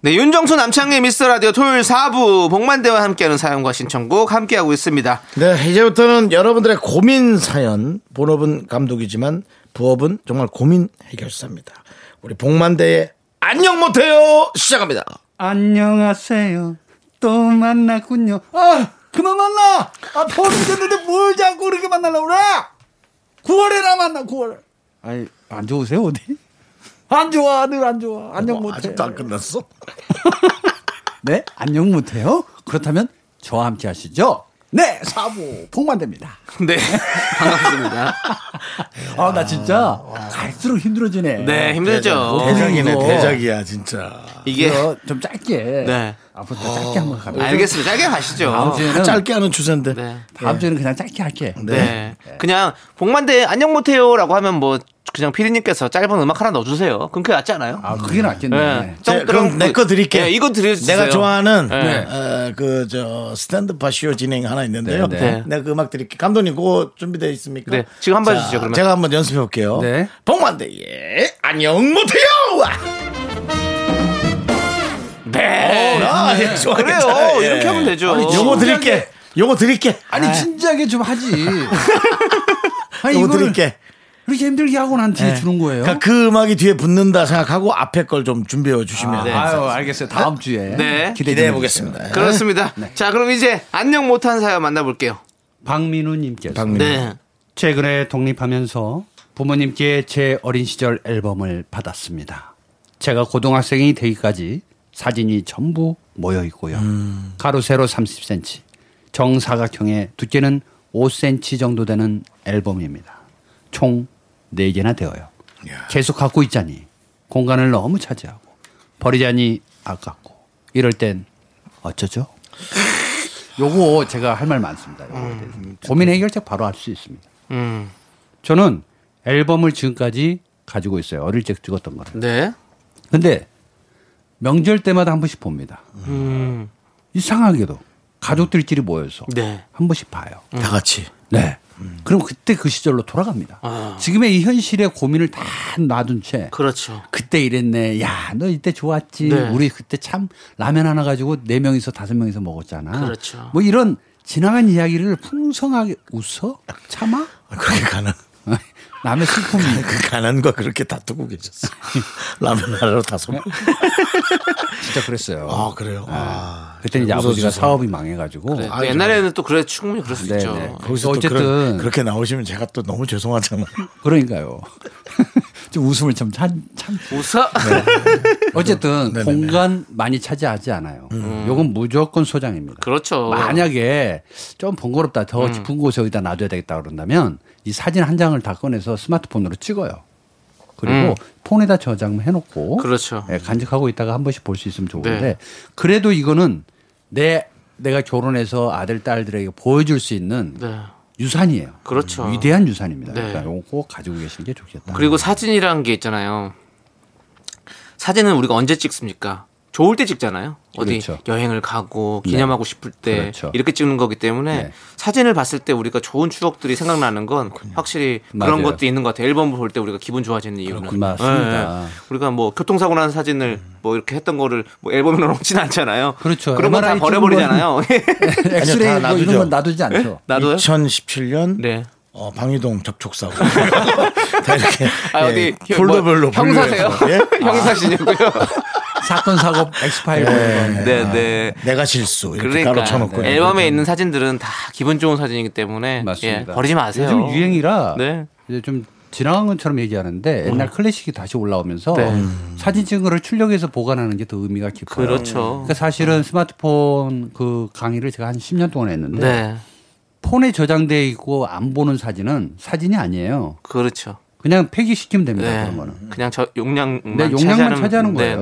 Speaker 2: 네, 윤정수 남창의 미스터 라디오 토요일 4부. 복만대와 함께하는 사연과 신청곡 함께하고 있습니다.
Speaker 1: 네, 이제부터는 여러분들의 고민 사연. 본업은 감독이지만 부업은 정말 고민 해결사입니다. 우리 복만대의 안녕 못해요 시작합니다.
Speaker 5: 안녕하세요. 또 만났군요. 아, 그만 만나! 아, 더워 죽겠는데 뭘 자꾸 그렇게 만나려고 그래! 9월에나 만나, 9월. 아니, 안 좋으세요, 어디? 안 좋아, 늘 안 좋아. 안녕
Speaker 1: 어,
Speaker 5: 못해.
Speaker 1: 아직도 안 끝났어?
Speaker 5: 네? 안녕 못해요? 그렇다면 저와 함께 하시죠? 네, 사부, 복만됩니다.
Speaker 2: 네. 반갑습니다.
Speaker 5: 아, 나 진짜 갈수록 힘들어지네.
Speaker 2: 네, 힘들죠.
Speaker 1: 대작이네
Speaker 5: 이거.
Speaker 1: 대작이야 진짜.
Speaker 2: 이게.
Speaker 5: 이거 좀 짧게.
Speaker 2: 네.
Speaker 6: 앞으로 더 짧게 한번 갑니다.
Speaker 2: 알겠습니다. 짧게 가시죠.
Speaker 6: 다음 주에는
Speaker 1: 짧게 하는 추세인데.
Speaker 2: 네.
Speaker 6: 다음 주에는 그냥 짧게 할게.
Speaker 2: 네. 그냥 복만대 안녕 못해요라고 하면 뭐 그냥 피디님께서 짧은 음악 하나 넣어주세요. 그럼 그게 낫지 않아요?
Speaker 6: 아 그게 낫겠네.
Speaker 2: 네.
Speaker 1: 제- 그럼 내 거 드릴게요.
Speaker 2: 네, 이거 드려주세요.
Speaker 1: 내가 좋아하는
Speaker 2: 네.
Speaker 1: 그 저 스탠드 파쇼 진행 하나 있는데요.
Speaker 6: 네,
Speaker 2: 네.
Speaker 1: 내가 그 음악 드릴게요. 감독님 그거 준비되어 있습니까?
Speaker 2: 네, 지금 한번
Speaker 1: 자,
Speaker 2: 해주시죠, 그러면.
Speaker 1: 제가 한번 연습해 볼게요.
Speaker 6: 네.
Speaker 1: 복만대 예 안녕 못해요.
Speaker 2: 네.
Speaker 1: 아, 예, 좋아,
Speaker 2: 그래요.
Speaker 1: 괜찮아요. 예.
Speaker 2: 이렇게 하면 되죠.
Speaker 1: 요거 드릴게. 요거 드릴게.
Speaker 6: 아니 진지하게 좀 하지. 아니
Speaker 1: 요거
Speaker 6: 이거를
Speaker 1: 드릴게.
Speaker 6: 그렇게 힘들게 하고 난 뒤에 주는 거예요.
Speaker 1: 그러니까 그 음악이 뒤에 붙는다 생각하고 앞에 걸 좀 준비해 주시면
Speaker 2: 네.
Speaker 6: 아유 알겠어요. 다음 주에 기대 좀
Speaker 2: 네.
Speaker 1: 기대해 네.
Speaker 6: 해주세요.
Speaker 1: 보겠습니다. 예.
Speaker 2: 그렇습니다. 자, 그럼 이제 안녕 못한 사연 만나볼게요.
Speaker 5: 박민우님께서
Speaker 1: 박민우.
Speaker 2: 네.
Speaker 5: 최근에 독립하면서 부모님께 제 어린 시절 앨범을 받았습니다. 제가 고등학생이 되기까지 사진이 전부 모여 있고요.
Speaker 1: 음.
Speaker 5: 가로 세로 30cm, 정사각형의 두께는 5cm 정도 되는 앨범입니다. 총 4개나 되어요. 계속 갖고 있자니 공간을 너무 차지하고 버리자니 아깝고 이럴 땐 어쩌죠? 요거 제가 할 말 많습니다. 요거에 대해서. 고민 해결책 바로 할 수 있습니다.
Speaker 2: 음.
Speaker 5: 저는 앨범을 지금까지 가지고 있어요. 어릴 적 찍었던 거를.
Speaker 2: 네.
Speaker 5: 근데 명절 때마다 한 번씩 봅니다.
Speaker 2: 음.
Speaker 5: 이상하게도 가족들끼리 모여서
Speaker 2: 네. 음.
Speaker 5: 한 번씩 봐요.
Speaker 1: 다 같이.
Speaker 5: 네. 그럼 그때 그 시절로 돌아갑니다. 지금의 이 현실의 고민을 다 놔둔 채
Speaker 2: 그렇죠.
Speaker 5: 그때 이랬네. 야, 너 이때 좋았지.
Speaker 2: 네.
Speaker 5: 우리 그때 참 라면 하나 가지고 네 명이서 다섯 명이서 먹었잖아.
Speaker 2: 그렇죠.
Speaker 5: 뭐 이런 지나간 이야기를 풍성하게 웃어 참아
Speaker 1: 그렇게 가는
Speaker 5: 남의 슬픔이
Speaker 1: 그 가난과 그렇게 다투고 계셨어. 라면 하나로 다
Speaker 2: 네.
Speaker 1: 손.
Speaker 5: 진짜 그랬어요.
Speaker 1: 아 그래요. 아,
Speaker 5: 그때 이제 아버지가 사업이 망해가지고
Speaker 2: 네, 또 옛날에는 또 그래 충분히 그럴 수
Speaker 5: 네,
Speaker 2: 있죠.
Speaker 5: 네.
Speaker 1: 거기서 또
Speaker 5: 어쨌든.
Speaker 1: 그런- 그렇게 나오시면 제가 또 너무 죄송하잖아요.
Speaker 5: 그러니까요. 좀 웃음을 참 참. 참.
Speaker 2: 웃어.
Speaker 1: 네.
Speaker 5: 어쨌든
Speaker 1: 네네네. 음.
Speaker 5: 공간 많이 차지하지 않아요. 요건 무조건 소장입니다.
Speaker 2: 그렇죠.
Speaker 5: 만약에 좀 번거롭다 더
Speaker 2: 음.
Speaker 5: 깊은 곳에 여기다 놔둬야 되겠다 그런다면 이 사진 한 장을 다 꺼내서 스마트폰으로 찍어요. 그리고
Speaker 2: 음.
Speaker 5: 폰에다 저장해 놓고 예,
Speaker 2: 그렇죠.
Speaker 5: 간직하고 있다가 한 번씩 볼 수 있으면 좋은데
Speaker 2: 네.
Speaker 5: 그래도 이거는 내 내가 결혼해서 아들 딸들에게 보여줄 수 있는
Speaker 2: 네.
Speaker 5: 유산이에요.
Speaker 2: 그렇죠.
Speaker 5: 위대한 유산입니다.
Speaker 2: 네.
Speaker 5: 그러니까 이거 꼭 가지고 계시는 게 좋겠다.
Speaker 2: 그리고 사진이라는 게 있잖아요. 사진은 우리가 언제 찍습니까? 좋을 때 찍잖아요. 어디
Speaker 5: 그렇죠. 예.
Speaker 2: 여행을 가고 기념하고 싶을 때
Speaker 5: 그렇죠.
Speaker 2: 이렇게 찍는 거기 때문에
Speaker 5: 네.
Speaker 2: 사진을 봤을 때 우리가 좋은 추억들이 생각나는 건 확실히 그런
Speaker 5: 맞아요.
Speaker 2: 것도 있는 것 같아요. 앨범을 볼 때 우리가 기분 좋아지는 이유는
Speaker 5: 그렇군요. 맞습니다. 음.
Speaker 2: 우리가 뭐 교통사고 난 사진을 뭐 이렇게 했던 거를 뭐 앨범에 넣어놓진 않잖아요.
Speaker 5: 그렇죠.
Speaker 2: 그런 건 다
Speaker 5: MRI 찍은
Speaker 2: 버려버리잖아요.
Speaker 5: 엑스레이 뭐 이런
Speaker 1: 놔두죠.
Speaker 5: 건 놔두지 않죠.
Speaker 2: 나도요.
Speaker 1: 2017년
Speaker 2: 네.
Speaker 1: 어, 방위동 접촉사고. 다 이렇게
Speaker 2: 아
Speaker 1: 예,
Speaker 2: 어디
Speaker 1: 폴더별로
Speaker 2: 네. 형사세요?
Speaker 1: 분류해서, 예?
Speaker 2: 형사시냐고요?
Speaker 1: 네.
Speaker 5: 사건 사고 엑스파일 보는 거.
Speaker 2: 네 네.
Speaker 1: 내가 실수 이렇게
Speaker 2: 그러니까
Speaker 1: 따로 쳐놓고
Speaker 2: 네. 앨범에 있는 사진들은 다 기분 좋은 사진이기 때문에
Speaker 5: 맞습니다.
Speaker 2: 예, 버리지 마세요.
Speaker 5: 요즘 유행이라
Speaker 2: 네.
Speaker 5: 이제 좀 지나간 것처럼 얘기하는데 옛날 클래식이 다시 올라오면서
Speaker 2: 음. 네.
Speaker 5: 사진 찍은 거를 출력해서 보관하는 게 더 의미가 깊어요.
Speaker 2: 그렇죠.
Speaker 5: 그러니까 사실은 스마트폰 그 강의를 제가 한 10년 동안 했는데
Speaker 2: 네.
Speaker 5: 폰에 저장돼 있고 안 보는 사진은 사진이 아니에요.
Speaker 2: 그렇죠.
Speaker 5: 그냥 폐기시키면 됩니다.
Speaker 2: 네. 음,
Speaker 5: 그런 거는.
Speaker 2: 그냥 저 용량 네,
Speaker 5: 내 네, 용량만 차지하는 거예요.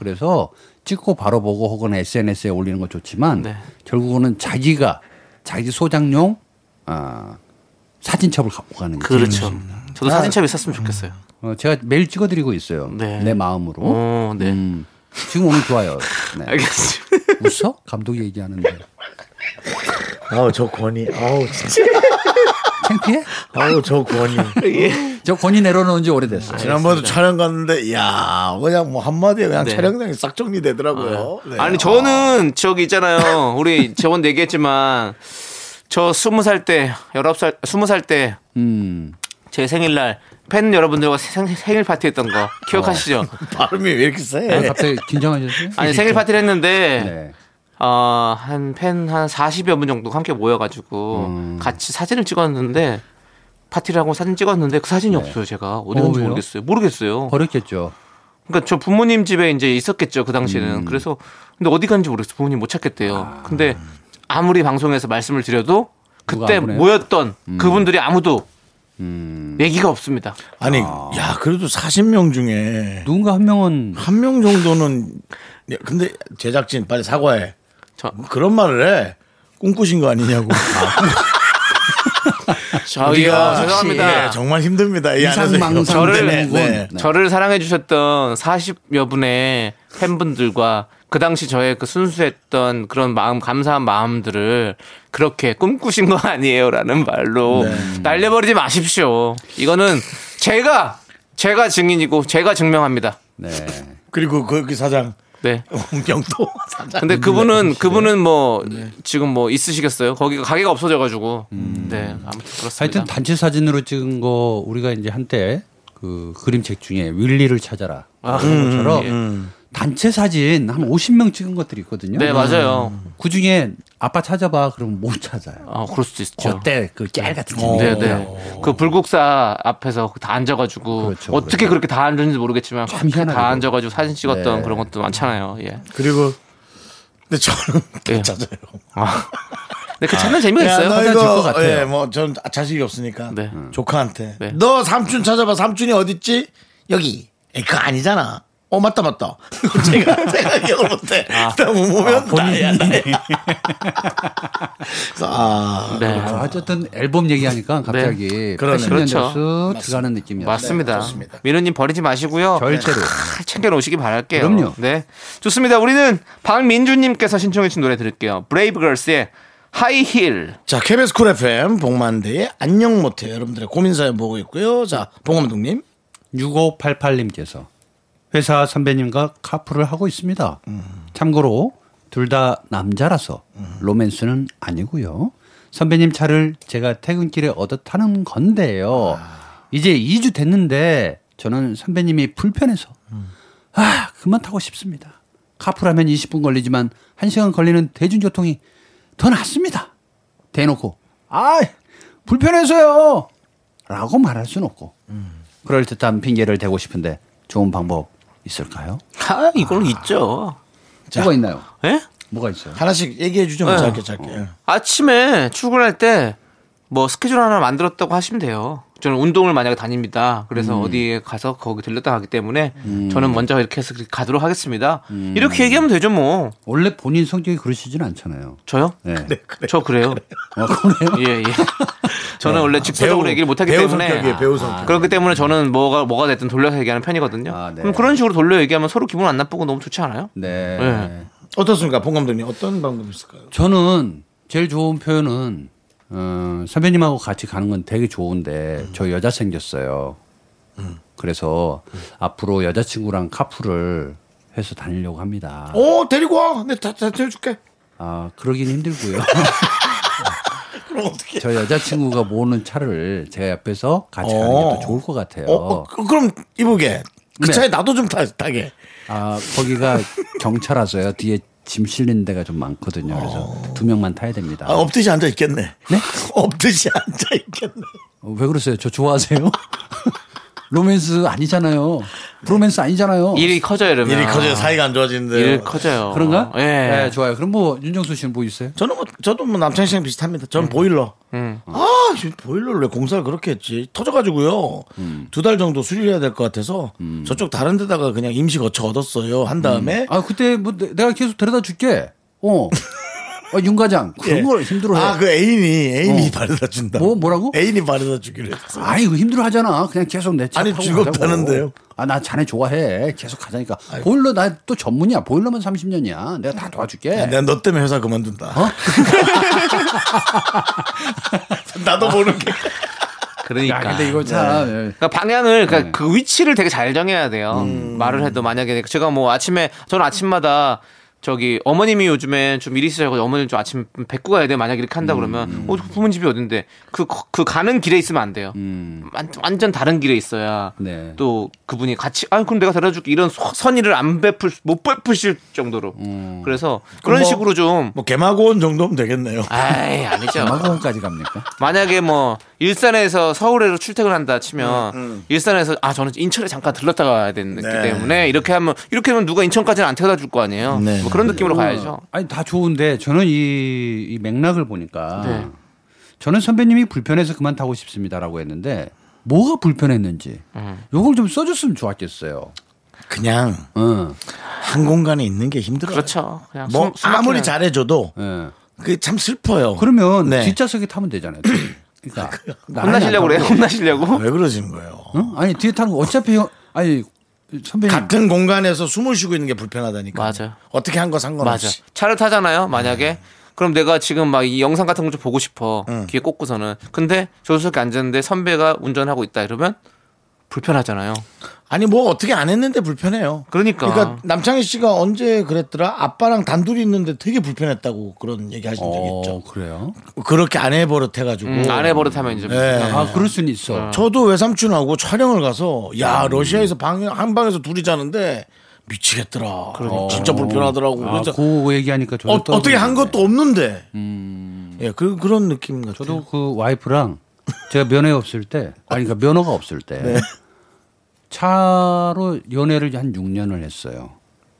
Speaker 5: 그래서 찍고 바로 보고 혹은 SNS에 올리는 건 좋지만
Speaker 2: 네.
Speaker 5: 결국은 자기가 자기 소장용 아, 사진첩을 갖고 가는 거죠.
Speaker 2: 그렇죠.
Speaker 1: 음.
Speaker 2: 저도
Speaker 1: 아,
Speaker 2: 사진첩 있었으면 좋겠어요.
Speaker 5: 어, 제가 매일 찍어드리고 있어요.
Speaker 2: 네.
Speaker 5: 내 마음으로.
Speaker 2: 오, 네.
Speaker 5: 음, 지금 오늘 좋아요. 네.
Speaker 2: 알겠습니다.
Speaker 5: 웃어? 감독이 얘기하는데.
Speaker 1: 아우 저 권위. 아우 진짜.
Speaker 5: 창피해?
Speaker 1: 아우 저 권위.
Speaker 2: 예.
Speaker 1: 음,
Speaker 5: 저 권위 내려놓은 지
Speaker 2: 아,
Speaker 5: 오래됐어요.
Speaker 1: 지난번에도 촬영 갔는데 야 그냥 뭐 한마디에 그냥
Speaker 2: 네.
Speaker 1: 촬영장이 싹 정리되더라고요. 네.
Speaker 2: 아니 저는 저기 있잖아요. 우리 저번 얘기했지만 저 스무 살때 열아홉 살 스무 살때
Speaker 5: 음.
Speaker 2: 제 생일날 팬 여러분들과 생, 생일 파티했던
Speaker 1: 어.
Speaker 2: 거 기억하시죠?
Speaker 1: 아, 발음이 왜 이렇게 세?
Speaker 5: 아, 갑자기 긴장하셨어요?
Speaker 2: 아니 생일 파티를 했는데
Speaker 5: 네.
Speaker 2: 어, 한 팬 한 40여 분 정도 함께 모여가지고
Speaker 5: 음.
Speaker 2: 같이 사진을 찍었는데 파티를 하고 사진 찍었는데 그 사진이 없어요 제가 어디
Speaker 5: 어,
Speaker 2: 갔는지
Speaker 5: 왜요?
Speaker 2: 모르겠어요 모르겠어요
Speaker 5: 버렸겠죠.
Speaker 2: 그러니까 저 부모님 집에 이제 있었겠죠 그
Speaker 5: 음.
Speaker 2: 당시에는 그래서 근데 어디 갔는지 모르겠어요 부모님 못 찾겠대요
Speaker 5: 아.
Speaker 2: 근데 아무리 방송에서 말씀을 드려도
Speaker 5: 누가
Speaker 2: 그때
Speaker 5: 안 보내요? 음.
Speaker 2: 모였던 그분들이 아무도 얘기가 없습니다
Speaker 1: 아니 야 그래도 40명 중에
Speaker 5: 누군가 한 명은
Speaker 1: 한 명 정도는 야, 근데 제작진 빨리 사과해.
Speaker 2: 저-
Speaker 1: 그런 말을 해. 꿈꾸신 거 아니냐고.
Speaker 2: 저기요 아,
Speaker 1: 우리가
Speaker 2: 죄송합니다.
Speaker 1: 네, 정말 힘듭니다. 이 안에서
Speaker 6: 이상 망상
Speaker 1: 이거.
Speaker 2: 저를-
Speaker 1: 네, 네.
Speaker 2: 저를 사랑해주셨던 40여 분의 팬분들과 그 당시 저의 그 순수했던 그런 마음, 감사한 마음들을 그렇게 꿈꾸신 거 아니에요? 라는 말로
Speaker 5: 네.
Speaker 2: 날려버리지 마십시오. 이거는 제가, 제가 증인이고 제가 증명합니다.
Speaker 5: 네.
Speaker 1: 그리고 거기 사장
Speaker 2: 네.
Speaker 1: 홍경도 사장.
Speaker 2: 근데
Speaker 5: 네.
Speaker 2: 그분은, 그분은 뭐, 지금 뭐 있으시겠어요? 거기가 가게가 없어져가지고. 네. 아무튼 그렇습니다.
Speaker 5: 음. 하여튼 단체 사진으로 찍은 거 우리가 이제 한때 그 그림책 중에 윌리를 찾아라.
Speaker 2: 아,
Speaker 5: 그런 것처럼
Speaker 2: 예.
Speaker 5: 단체 사진 한 50명 찍은 것들이 있거든요.
Speaker 2: 네, 맞아요.
Speaker 5: 그 중에 아빠 찾아봐 그러면 못 찾아요.
Speaker 2: 아, 그럴 수도 있죠.
Speaker 5: 그때 그 깨알 같은 게.
Speaker 2: 네, 네. 그 불국사 앞에서 다 앉아가지고
Speaker 5: 그렇죠,
Speaker 2: 어떻게 그렇게 다 앉는지 모르겠지만
Speaker 5: 참 희한하게
Speaker 2: 다 앉아가지고 사진 찍었던 그런 것도 많잖아요. 예.
Speaker 1: 그리고 근데 저는
Speaker 2: 예.
Speaker 1: 못 찾아요.
Speaker 2: 아. 근데 그 찾는 재미가
Speaker 1: 야,
Speaker 2: 있어요.
Speaker 1: 너
Speaker 2: 화장실 것
Speaker 1: 이거
Speaker 2: 같아요.
Speaker 1: 예, 뭐전 자식이 없으니까
Speaker 2: 네.
Speaker 1: 조카한테
Speaker 2: 네.
Speaker 1: 너 삼촌 찾아봐. 삼촌이 어딨지? 여기. 에, 그거 아니잖아. 어 맞다 맞다. 제가 제가 기억을 못해.
Speaker 2: 아.
Speaker 1: 너무 보면 나야 나야. 그래서 아
Speaker 2: 네.
Speaker 5: 아, 어쨌든 앨범 얘기하니까 갑자기
Speaker 1: 그러네.
Speaker 5: 80년대
Speaker 2: 그렇죠.
Speaker 5: 쑥 들어가는 느낌이었어요.
Speaker 2: 맞습니다.
Speaker 1: 좋습니다.
Speaker 2: 민우님 버리지 마시고요.
Speaker 5: 네, 절대로.
Speaker 2: 잘 챙겨놓으시기 바랄게요.
Speaker 5: 그럼요.
Speaker 2: 네. 좋습니다. 우리는 박민주님께서 신청해주신 노래 들을게요. 브레이브걸스의 하이힐.
Speaker 1: 자, KBS 쿨 FM 복만대의 안녕 못해 여러분들의 고민 사연 보고 있고요. 자, 봉암동님
Speaker 5: 6588님께서 회사 선배님과 카풀을 하고 있습니다. 참고로 둘 다 남자라서 로맨스는 아니고요. 선배님 차를 제가 퇴근길에 얻어 타는 건데요. 이제 2주 됐는데 저는 선배님이 불편해서 아 그만 타고 싶습니다. 카풀하면 20분 걸리지만 1시간 걸리는 대중교통이 더 낫습니다. 대놓고 아 불편해서요 라고 말할 순 없고 그럴 듯한 핑계를 대고 싶은데 좋은 방법 있을까요?
Speaker 2: 아, 이걸로 있죠.
Speaker 5: 뭐가 있나요?
Speaker 2: 예?
Speaker 5: 뭐가 있어요?
Speaker 1: 하나씩 얘기해 주죠. 뭐
Speaker 2: 네.
Speaker 1: 짧게 짧게.
Speaker 2: 아침에 출근할 때 뭐 스케줄 하나 만들었다고 하시면 돼요. 저는 운동을 만약에 다닙니다. 그래서
Speaker 5: 음.
Speaker 2: 어디에 가서 거기 들렸다 가기 때문에 저는 먼저 이렇게 해서 그렇게 가도록 하겠습니다.
Speaker 5: 음.
Speaker 2: 이렇게 얘기하면 되죠, 뭐.
Speaker 5: 원래 본인 성격이 그러시진 않잖아요.
Speaker 2: 저요?
Speaker 5: 네.
Speaker 2: 저 그래요.
Speaker 5: 어, 그래요? 네.
Speaker 2: 예, 예. 저는 원래 직설적으로
Speaker 1: 배우,
Speaker 2: 얘기를 못하기
Speaker 1: 배우
Speaker 2: 때문에
Speaker 5: 아,
Speaker 1: 성격이에요, 배우 성격.
Speaker 2: 그렇기 때문에 저는 뭐가 뭐가 됐든 돌려서 얘기하는 편이거든요.
Speaker 5: 아, 네.
Speaker 2: 그럼 그런 식으로 돌려 얘기하면 서로 기분 안 나쁘고 너무 좋지 않아요?
Speaker 5: 네.
Speaker 2: 네.
Speaker 1: 어떻습니까? 봉감독님 어떤 방법이 있을까요?
Speaker 5: 저는 제일 좋은 표현은 어, 선배님하고 같이 가는 건 되게 좋은데 저 여자 생겼어요. 음. 그래서 앞으로 여자친구랑 카풀을 해서 다니려고 합니다.
Speaker 1: 어, 데리고 와. 내가 다 데려 줄게.
Speaker 5: 아 그러긴 힘들고요.
Speaker 1: 그럼 어떻게?
Speaker 5: 저 여자친구가 모으는 차를 제가 옆에서 같이 가는 게
Speaker 1: 어.
Speaker 5: 더 좋을 것 같아요.
Speaker 1: 어, 어, 그- 그럼 이보게. 그
Speaker 5: 네.
Speaker 1: 차에 나도 좀 타, 타게.
Speaker 5: 아 거기가 경찰 와서요 뒤에 짐 실린 데가 좀 많거든요. 그래서 두 명만 타야 됩니다.
Speaker 1: 아, 엎듯이 앉아 있겠네. 엎듯이 앉아 있겠네.
Speaker 5: 어, 왜 그러세요? 저 좋아하세요? 로맨스 아니잖아요. 로맨스 아니잖아요.
Speaker 2: 일이 커져요, 이러면.
Speaker 1: 일이 커져요. 사이가 안 좋아지는데.
Speaker 2: 일이 커져요.
Speaker 1: 어,
Speaker 5: 그런가?
Speaker 2: 예.
Speaker 5: 네, 좋아요. 그럼 뭐 윤정수 씨는 뭐 있어요?
Speaker 1: 저는 뭐, 저도 뭐 남창희 씨랑 비슷합니다. 저는
Speaker 5: 음.
Speaker 1: 보일러. 아, 씨, 보일러를 왜 공사를 그렇게 했지? 터져가지고요.
Speaker 5: 음.
Speaker 1: 두 달 정도 수리해야 될 것 같아서 저쪽 다른 데다가 그냥 임시 거쳐 얻었어요. 한 다음에.
Speaker 5: 아 그때 뭐 내- 내가 계속 데려다 줄게. 어. 어, 윤 과장 그런
Speaker 1: 예.
Speaker 5: 걸 힘들어해.
Speaker 1: 아, 그 애인이, 애인이
Speaker 5: 어.
Speaker 1: 바래다 준다.
Speaker 5: 뭐, 뭐라고?
Speaker 1: 애인이 바래다 주기로 했어.
Speaker 5: 아니 그 힘들어하잖아. 그냥 계속 내차
Speaker 1: 아니,
Speaker 5: 타고
Speaker 1: 즐겁다는데요.
Speaker 5: 아나 자네 좋아해. 계속 가자니까. 보일러 나 또 전문이야. 보일러만 30년이야. 내가
Speaker 1: 네.
Speaker 5: 다 도와줄게.
Speaker 1: 야, 아, 내가 너 때문에 회사 그만둔다. 나도 모르게.
Speaker 2: 그러니까.
Speaker 5: 야, 근데 이거 참
Speaker 1: 네.
Speaker 5: 예.
Speaker 2: 그러니까 방향을 그러니까 그 위치를 되게 잘 정해야 돼요. 말을 해도 만약에 제가 뭐 아침에 저는 아침마다 저기 어머님이 요즘에 좀 일이 있으셔서 어머님 좀 아침 뵙고 가야 돼 만약 이렇게 한다 그러면 어 부모집이 어딘데 그 그 가는 길에 있으면 안 돼요. 완- 완전 다른 길에 있어야
Speaker 5: 네.
Speaker 2: 또 그분이 같이 아 그럼 내가 데려줄게 이런 소- 선의를 안 베풀 못 베푸실 정도로 그래서 그런
Speaker 1: 뭐-
Speaker 2: 식으로 좀
Speaker 1: 뭐, 개마고원 정도면 되겠네요.
Speaker 2: 아이 아니죠.
Speaker 5: 마고원까지 갑니까?
Speaker 2: 만약에 뭐 일산에서 서울에로 출퇴근한다 치면 일산에서 아 저는 인천에 잠깐 들렀다 가야 되기
Speaker 1: 음, 네.
Speaker 2: 때문에 이렇게 하면 이렇게 하면 누가 인천까지는 안 태워다 줄 거 아니에요.
Speaker 1: 네.
Speaker 2: 뭐 그런 느낌으로 가야죠.
Speaker 5: 어. 아니 다 좋은데 저는 이, 이 맥락을 보니까
Speaker 2: 네.
Speaker 5: 저는 선배님이 불편해서 그만 타고
Speaker 1: 음.
Speaker 5: 싶습니다라고 했는데 뭐가 불편했는지 요걸 좀 써줬으면 좋았겠어요.
Speaker 1: 그냥
Speaker 5: 응.
Speaker 1: 한 공간에 있는 게 힘들어요.
Speaker 2: 그렇죠. 그냥
Speaker 1: 뭐
Speaker 2: 숨- 숨
Speaker 1: 아무리
Speaker 2: 막히는-
Speaker 1: 잘해줘도
Speaker 5: 예.
Speaker 1: 그게 참 슬퍼요.
Speaker 5: 그러면
Speaker 1: 네.
Speaker 5: 뒷좌석에 타면 되잖아요. 그러니까 나란히 안 타고.
Speaker 2: 혼나시려고 그래요? 혼나시려고?
Speaker 1: 왜 그러시는 거예요?
Speaker 5: 응? 아니 뒤에 타는 거 어차피 형- 아니 선배님
Speaker 1: 같은 공간에서 숨을 쉬고 있는 게 불편하다니까.
Speaker 2: 맞아.
Speaker 1: 어떻게 네. 한 거 상관없이.
Speaker 2: 맞아. 차를 타잖아요. 만약에 그럼 내가 지금 막 이 영상 같은 걸 좀 보고 싶어.
Speaker 1: 음.
Speaker 2: 귀에 꽂고서는. 근데 조수석에 앉았는데 선배가 운전하고 있다 이러면 불편하잖아요.
Speaker 1: 아니 뭐 어떻게 안 했는데 불편해요.
Speaker 2: 그러니까.
Speaker 1: 그러니까 남창희 씨가 언제 그랬더라? 아빠랑 단둘이 있는데 되게 불편했다고 그런 얘기 하신 적이
Speaker 5: 어
Speaker 1: 있죠.
Speaker 5: 그래요?
Speaker 1: 그렇게 아내 버릇 해가지고.
Speaker 2: 음, 안 해버릇하면 이제
Speaker 1: 네.
Speaker 5: 아 음. 그럴 수는 있어.
Speaker 1: 저도 외삼촌하고 촬영을 가서 야 러시아에서 방 한 방에서 둘이 자는데 미치겠더라. 진짜 불편하더라고.
Speaker 5: 그러니까. 아,
Speaker 1: 그래서
Speaker 5: 그 얘기하니까 저도
Speaker 1: 어, 어떻게 한
Speaker 5: 떠오르네.
Speaker 1: 것도 없는데. 예, 그, 그런 느낌 같아요.
Speaker 5: 음. 저도 그 와이프랑 제가 면회 없을 때 아니 그러니까 면허가 없을 때 차로 연애를 한 6년을 했어요.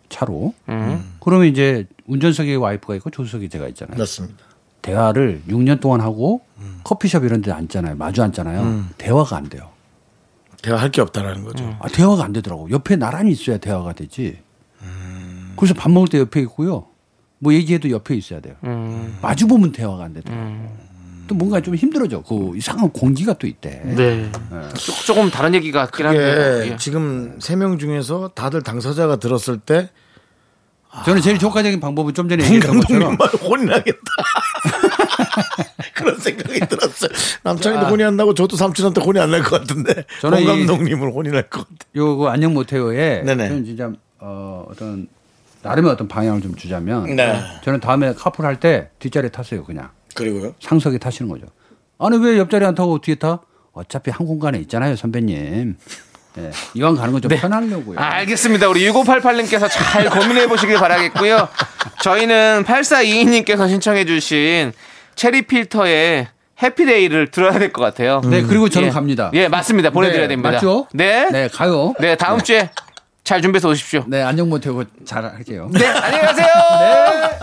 Speaker 5: 차로.
Speaker 2: 음.
Speaker 5: 그러면 이제 운전석에 와이프가 있고 조수석에 제가 있잖아요.
Speaker 1: 맞습니다.
Speaker 5: 대화를 6년 동안 하고 커피숍 이런 데 앉잖아요. 마주 앉잖아요. 대화가 안 돼요.
Speaker 1: 대화할 게 없다라는 거죠.
Speaker 5: 아, 대화가 안 되더라고. 옆에 나란히 있어야 대화가 되지. 그래서 밥 먹을 때 옆에 있고요. 뭐 얘기해도 옆에 있어야 돼요.
Speaker 2: 음.
Speaker 1: 음.
Speaker 5: 마주 보면 대화가 안 되더라고. 또 뭔가 좀 힘들어져. 그 이상한 공기가 또 있대.
Speaker 2: 네. 조- 조금 다른 얘기 같긴
Speaker 5: 음.
Speaker 2: 한데.
Speaker 1: 예,
Speaker 2: 예.
Speaker 1: 지금 세 명 중에서 다들 당사자가 들었을 때
Speaker 5: 저는 제일 효과적인 방법은 좀 전에 얘기했던
Speaker 1: 감독님
Speaker 5: 것처럼
Speaker 1: 말 혼나겠다. 그런 생각이 들었어요. 남창이도 혼이 안 나고 저도 삼촌한테 혼이 안 날 것 같은데
Speaker 5: 아.
Speaker 1: 권
Speaker 5: 저는 이-
Speaker 1: 감독님은 혼이 날 것 같아요.
Speaker 5: 요거 그 안녕 못해요에
Speaker 1: 네네.
Speaker 5: 저는 진짜 어, 어떤 나름의 어떤 방향을 좀 주자면
Speaker 1: 네.
Speaker 5: 저는 다음에 카풀 할 때 뒷자리 타세요 그냥
Speaker 1: 그리고요?
Speaker 5: 상석에 타시는 거죠. 아니 왜 옆자리 안 타고 뒤에 타? 어차피 한 공간에 있잖아요 선배님. 예, 이왕 가는 건 좀 편하려고요.
Speaker 2: 아, 알겠습니다. 우리 6588님께서 잘 고민해 보시길 바라겠고요. 저희는 8422님께서 신청해 주신 체리 필터의 해피데이를 들어야 될 것 같아요.
Speaker 5: 네 그리고 저는
Speaker 2: 예.
Speaker 5: 갑니다.
Speaker 2: 예, 맞습니다. 보내드려야
Speaker 5: 네,
Speaker 2: 됩니다.
Speaker 5: 맞죠?
Speaker 2: 네.
Speaker 5: 네
Speaker 2: 네.
Speaker 5: 가요.
Speaker 2: 다음 주에 잘 준비해서 오십시오.
Speaker 5: 네 안녕 못해요 잘 할게요.
Speaker 2: 네, 안녕히 가세요.
Speaker 7: Me,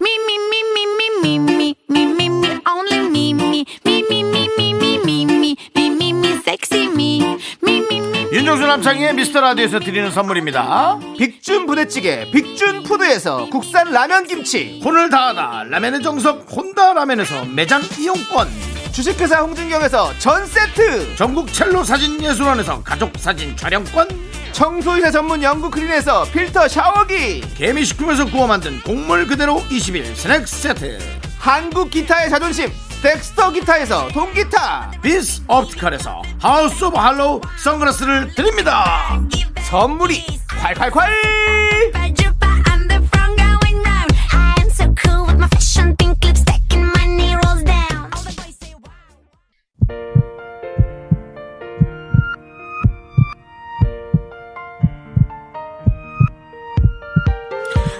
Speaker 7: me, me, me, me, me, me, me, me, me, only me, me, me, me, me, me, me, me, me, me, me, me, sexy me, me, me, me.
Speaker 1: 윤종수 남창희의 미스터 라디오에서 드리는 선물입니다.
Speaker 2: 빅준 부대찌개, 빅준 푸드에서 국산 라면 김치,
Speaker 1: 혼을 다하다 라면의 정석 혼다 라면에서 매장 이용권
Speaker 2: 주식회사 홍진경에서 전 세트,
Speaker 1: 전국 첼로 사진 예술원에서 가족 사진 촬영권
Speaker 2: 청소이사 전문 영국 크린에서 필터 샤워기,
Speaker 1: 개미식품에서 구워 만든 곡물 그대로 20일 스낵 세트
Speaker 2: 한국 기타의 자존심, 덱스터 기타에서 동기타.
Speaker 1: 비스 옵티컬에서 하우스 오브 할로우 선글라스를 드립니다.
Speaker 2: 선물이 콸콸콸!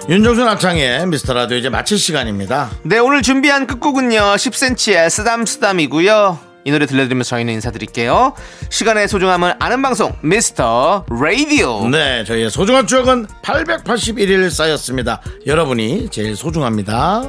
Speaker 1: 윤종수 남창희의 미스터 라디오 이제 마칠 시간입니다.
Speaker 2: 네, 오늘 준비한 끝곡은요. 10cm의 쓰담쓰담이고요. 이 노래 들려드리면서 저희는 인사드릴게요. 시간의 소중함을 아는 방송 미스터 라디오.
Speaker 1: 네, 저희의 소중한 추억은 881일 쌓였습니다. 여러분이 제일 소중합니다.